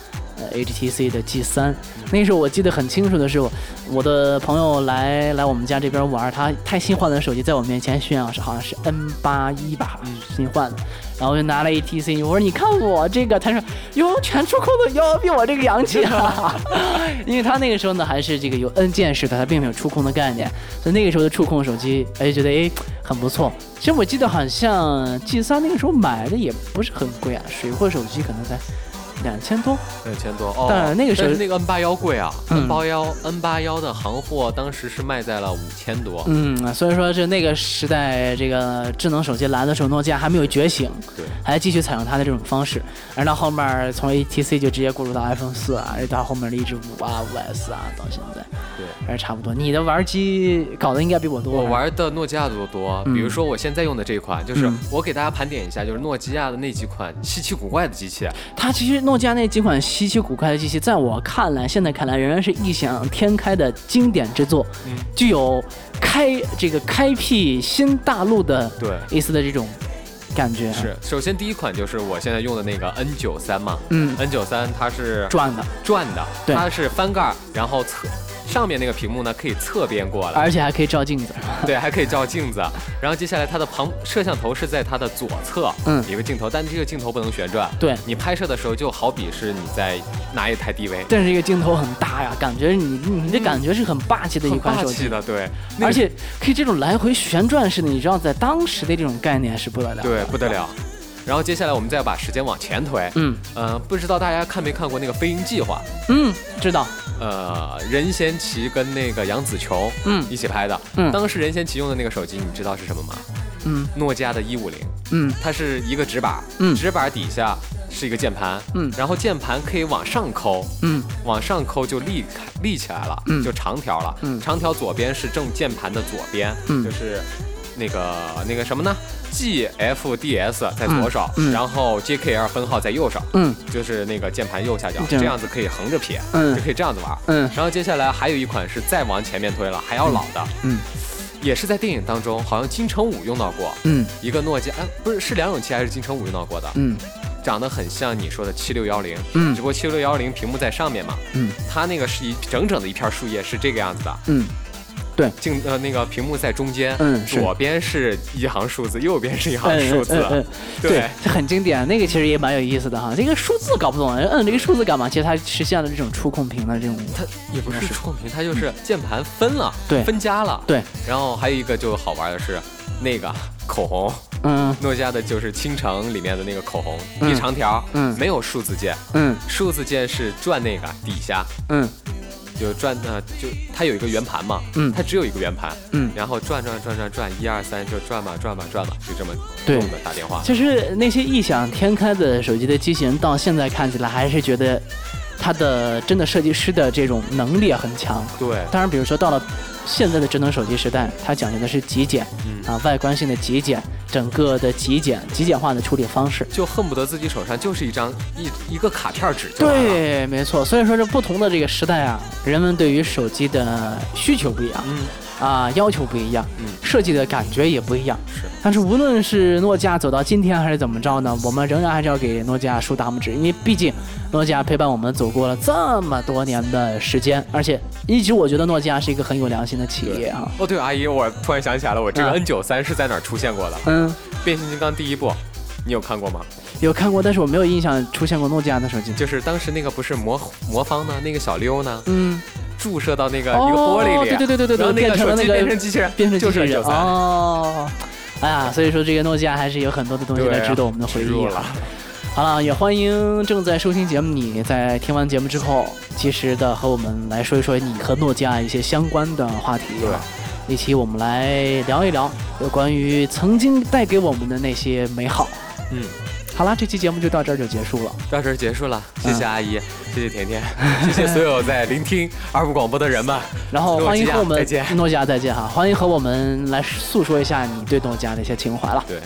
[SPEAKER 5] 呃，HTC 的 G 三，那时候我记得很清楚的是，我我的朋友来来我们家这边玩，他他新换的手机，在我面前炫耀是好像是 N 八一吧，新换的，然后我就拿了 HTC，我说你看我这个，他说哟全触控的，哟比我这个洋气啊， 因为他那个时候呢还是这个有按键式的，他并没有触控的概念，所以那个时候的触控手机，哎觉得哎很不错。其实我记得好像 G 三那个时候买的也不是很贵啊，水货手机可能才两千多，
[SPEAKER 6] 两千多哦。
[SPEAKER 5] 但是那个时候
[SPEAKER 6] 但是那个 N 八幺贵啊
[SPEAKER 5] 嗯
[SPEAKER 6] ，N 八幺 N 八幺的行货当时是卖在了五千多。
[SPEAKER 5] 嗯，所以说这那个时代，这个智能手机来的时候，诺基亚还没有觉醒，
[SPEAKER 6] 对，
[SPEAKER 5] 还继续采用它的这种方式。而到后面儿从 HTC 就直接过渡到 iPhone 四啊，而到后面的一直五啊、五 S 啊，到现在，
[SPEAKER 6] 对，
[SPEAKER 5] 还是差不多。你的玩机搞得应该比我多，
[SPEAKER 6] 我玩的诺基亚的多多，
[SPEAKER 5] 嗯
[SPEAKER 6] 比如说我现在用的这款，就是
[SPEAKER 5] 嗯
[SPEAKER 6] 我给大家盘点一下，就是诺基亚的那几款稀奇古怪的机器。
[SPEAKER 5] 它其实诺基亚那几款稀奇古怪的机器，在我看来，现在看来仍然是异想天开的经典之作，
[SPEAKER 6] 嗯
[SPEAKER 5] 具有开这个开辟新大陆的
[SPEAKER 6] 对，
[SPEAKER 5] 意思的这种感觉。，
[SPEAKER 6] 是首先第一款就是我现在用的那个 N 九三嘛
[SPEAKER 5] 嗯，
[SPEAKER 6] ，N 九三它是
[SPEAKER 5] 转的。
[SPEAKER 6] 转的，
[SPEAKER 5] 对
[SPEAKER 6] 它是翻盖儿，然后侧上面那个屏幕呢可以侧边过来，
[SPEAKER 5] 而且还可以照镜子。
[SPEAKER 6] 对，还可以照镜子。然后接下来它的旁摄像头是在它的左侧，
[SPEAKER 5] 嗯
[SPEAKER 6] 有一个镜头，但这个镜头不能旋转。
[SPEAKER 5] 对
[SPEAKER 6] 你拍摄的时候就好比是你在拿一台 DV，
[SPEAKER 5] 但是这个镜头很大呀，感觉你你这感觉是很霸气的一
[SPEAKER 6] 很
[SPEAKER 5] 款
[SPEAKER 6] 霸
[SPEAKER 5] 手
[SPEAKER 6] 气
[SPEAKER 5] 机，
[SPEAKER 6] 的，对，那个
[SPEAKER 5] 而且可以这种来回旋转式的，你知道在当时的这种概念是不得了。，
[SPEAKER 6] 对不得了。然后接下来我们再把时间往前推，
[SPEAKER 5] 嗯
[SPEAKER 6] 呃，不知道大家看没看过那个《飞鹰计划》？
[SPEAKER 5] 嗯，知道，
[SPEAKER 6] 呃，任贤齐跟那个杨紫琼，
[SPEAKER 5] 嗯
[SPEAKER 6] 一起拍的。
[SPEAKER 5] 嗯
[SPEAKER 6] 当时任贤齐用的那个手机，你知道是什么吗？
[SPEAKER 5] 嗯
[SPEAKER 6] 诺基亚的一五零，
[SPEAKER 5] 嗯
[SPEAKER 6] 它是一个直板，
[SPEAKER 5] 嗯
[SPEAKER 6] 直板底下是一个键盘，
[SPEAKER 5] 嗯
[SPEAKER 6] 然后键盘可以往上抠，
[SPEAKER 5] 嗯
[SPEAKER 6] 往上抠就立开立起来了，
[SPEAKER 5] 嗯
[SPEAKER 6] 就长条了，
[SPEAKER 5] 嗯
[SPEAKER 6] 长条左边是正键盘的左边，
[SPEAKER 5] 嗯
[SPEAKER 6] 就是那个那个什么呢？GFDS 在左手，
[SPEAKER 5] 嗯嗯
[SPEAKER 6] 然后 JKL 分号在右手，
[SPEAKER 5] 嗯
[SPEAKER 6] 就是那个键盘右下角，
[SPEAKER 5] 这样
[SPEAKER 6] 这样子可以横着撇，
[SPEAKER 5] 嗯
[SPEAKER 6] 就可以这样子玩。
[SPEAKER 5] 嗯
[SPEAKER 6] 然后接下来还有一款是再往前面推了，还要老的，
[SPEAKER 5] 嗯
[SPEAKER 6] 也是在电影当中，好像金城武用到过。
[SPEAKER 5] 嗯
[SPEAKER 6] 一个诺基亚，哎，不是是梁咏琪还是金城武用到过的，
[SPEAKER 5] 嗯
[SPEAKER 6] 长得很像你说的七六幺零，
[SPEAKER 5] 嗯
[SPEAKER 6] 只不过七六幺零屏幕在上面嘛，
[SPEAKER 5] 嗯
[SPEAKER 6] 它那个是一整整的一片树叶是这个样子的，
[SPEAKER 5] 嗯，
[SPEAKER 6] 镜呃那个屏幕在中间，
[SPEAKER 5] 嗯是
[SPEAKER 6] 左边是一行数字，右边是一行
[SPEAKER 5] 嗯
[SPEAKER 6] 数字，啊
[SPEAKER 5] 嗯嗯嗯
[SPEAKER 6] 对
[SPEAKER 5] 对，这很经典，啊那个其实也蛮有意思的哈。这个数字搞不懂，嗯摁这个数字干嘛？其实它实现了这种触控屏的这种，
[SPEAKER 6] 它也不是触控屏，它就是键盘分了，
[SPEAKER 5] 嗯对
[SPEAKER 6] 分家了，
[SPEAKER 5] 对，
[SPEAKER 6] 然后还有一个就好玩的是那个口红，
[SPEAKER 5] 嗯
[SPEAKER 6] 诺基亚的就是倾城里面的那个口红，
[SPEAKER 5] 嗯
[SPEAKER 6] 一长条，
[SPEAKER 5] 嗯
[SPEAKER 6] 没有数字键，
[SPEAKER 5] 嗯
[SPEAKER 6] 数字键是转那个底下。
[SPEAKER 5] 嗯
[SPEAKER 6] 就转呃，就它有一个圆盘嘛，
[SPEAKER 5] 嗯
[SPEAKER 6] 它只有一个圆盘，
[SPEAKER 5] 嗯
[SPEAKER 6] 然后转转转转转，一二三，就转吧转吧转吧，就这么
[SPEAKER 5] 对
[SPEAKER 6] 动的打电话，
[SPEAKER 5] 其实那些异想天开的手机的机型，到现在看起来还是觉得它的真的设计师的这种能力很强。
[SPEAKER 6] 对，
[SPEAKER 5] 当然，比如说到了现在的智能手机时代，它讲究的是极简
[SPEAKER 6] 嗯，
[SPEAKER 5] 啊，外观性的极简，整个的极简、极简化的处理方式。
[SPEAKER 6] 就恨不得自己手上就是一张一一个卡片纸就完了，
[SPEAKER 5] 对，没错。所以说，这不同的这个时代啊，人们对于手机的需求不一样，
[SPEAKER 6] 嗯，
[SPEAKER 5] 啊，要求不一样，
[SPEAKER 6] 嗯
[SPEAKER 5] 设计的感觉也不一样。
[SPEAKER 6] 是，
[SPEAKER 5] 但是无论是诺基亚走到今天还是怎么着呢，我们仍然还是要给诺基亚竖大拇指，因为毕竟诺基亚陪伴我们走过了这么多年的时间，而且一直我觉得诺基亚是一个很有良心的企业啊。
[SPEAKER 6] 哦对，阿姨，我突然想起来了，我这个
[SPEAKER 5] 啊
[SPEAKER 6] N 九三是在哪儿出现过的？
[SPEAKER 5] 嗯，
[SPEAKER 6] 变形金刚第一部，你有看过吗？
[SPEAKER 5] 有看过，但是我没有印象出现过诺基亚的手机。
[SPEAKER 6] 就是当时那个不是魔魔方呢，那个小溜呢，
[SPEAKER 5] 嗯，
[SPEAKER 6] 注射到那个、
[SPEAKER 5] 哦
[SPEAKER 6] 呃一个玻璃里，
[SPEAKER 5] 对对对对对对
[SPEAKER 6] 然后那
[SPEAKER 5] 变成了
[SPEAKER 6] 手机
[SPEAKER 5] 那个
[SPEAKER 6] 变成机器人，
[SPEAKER 5] 变成机
[SPEAKER 6] 就是
[SPEAKER 5] 器
[SPEAKER 6] N
[SPEAKER 5] 人
[SPEAKER 6] 九三，
[SPEAKER 5] 哦。哎呀，所以说这个诺基亚还是有很多的东西
[SPEAKER 6] 对啊
[SPEAKER 5] 来值得我们的回
[SPEAKER 6] 植
[SPEAKER 5] 忆
[SPEAKER 6] 入
[SPEAKER 5] 啊
[SPEAKER 6] 了。，
[SPEAKER 5] 好了，也欢迎正在收听节目你在听完节目之后，及时的和我们来说一说你和诺基亚一些相关的话题啊，一起我们来聊一聊有关于曾经带给我们的那些美好。
[SPEAKER 6] 嗯。
[SPEAKER 5] 好啦，这期节目就到这儿就结束了。
[SPEAKER 6] 到这儿结束了，谢谢阿姨，
[SPEAKER 5] 嗯
[SPEAKER 6] 谢谢甜甜，谢谢所有在聆听二部广播的 人们。
[SPEAKER 5] 然后欢迎和我们
[SPEAKER 6] 诺基亚再见
[SPEAKER 5] 诺基亚再见哈，欢迎和我们来诉说一下你对诺基亚的一些情怀了。
[SPEAKER 6] 对，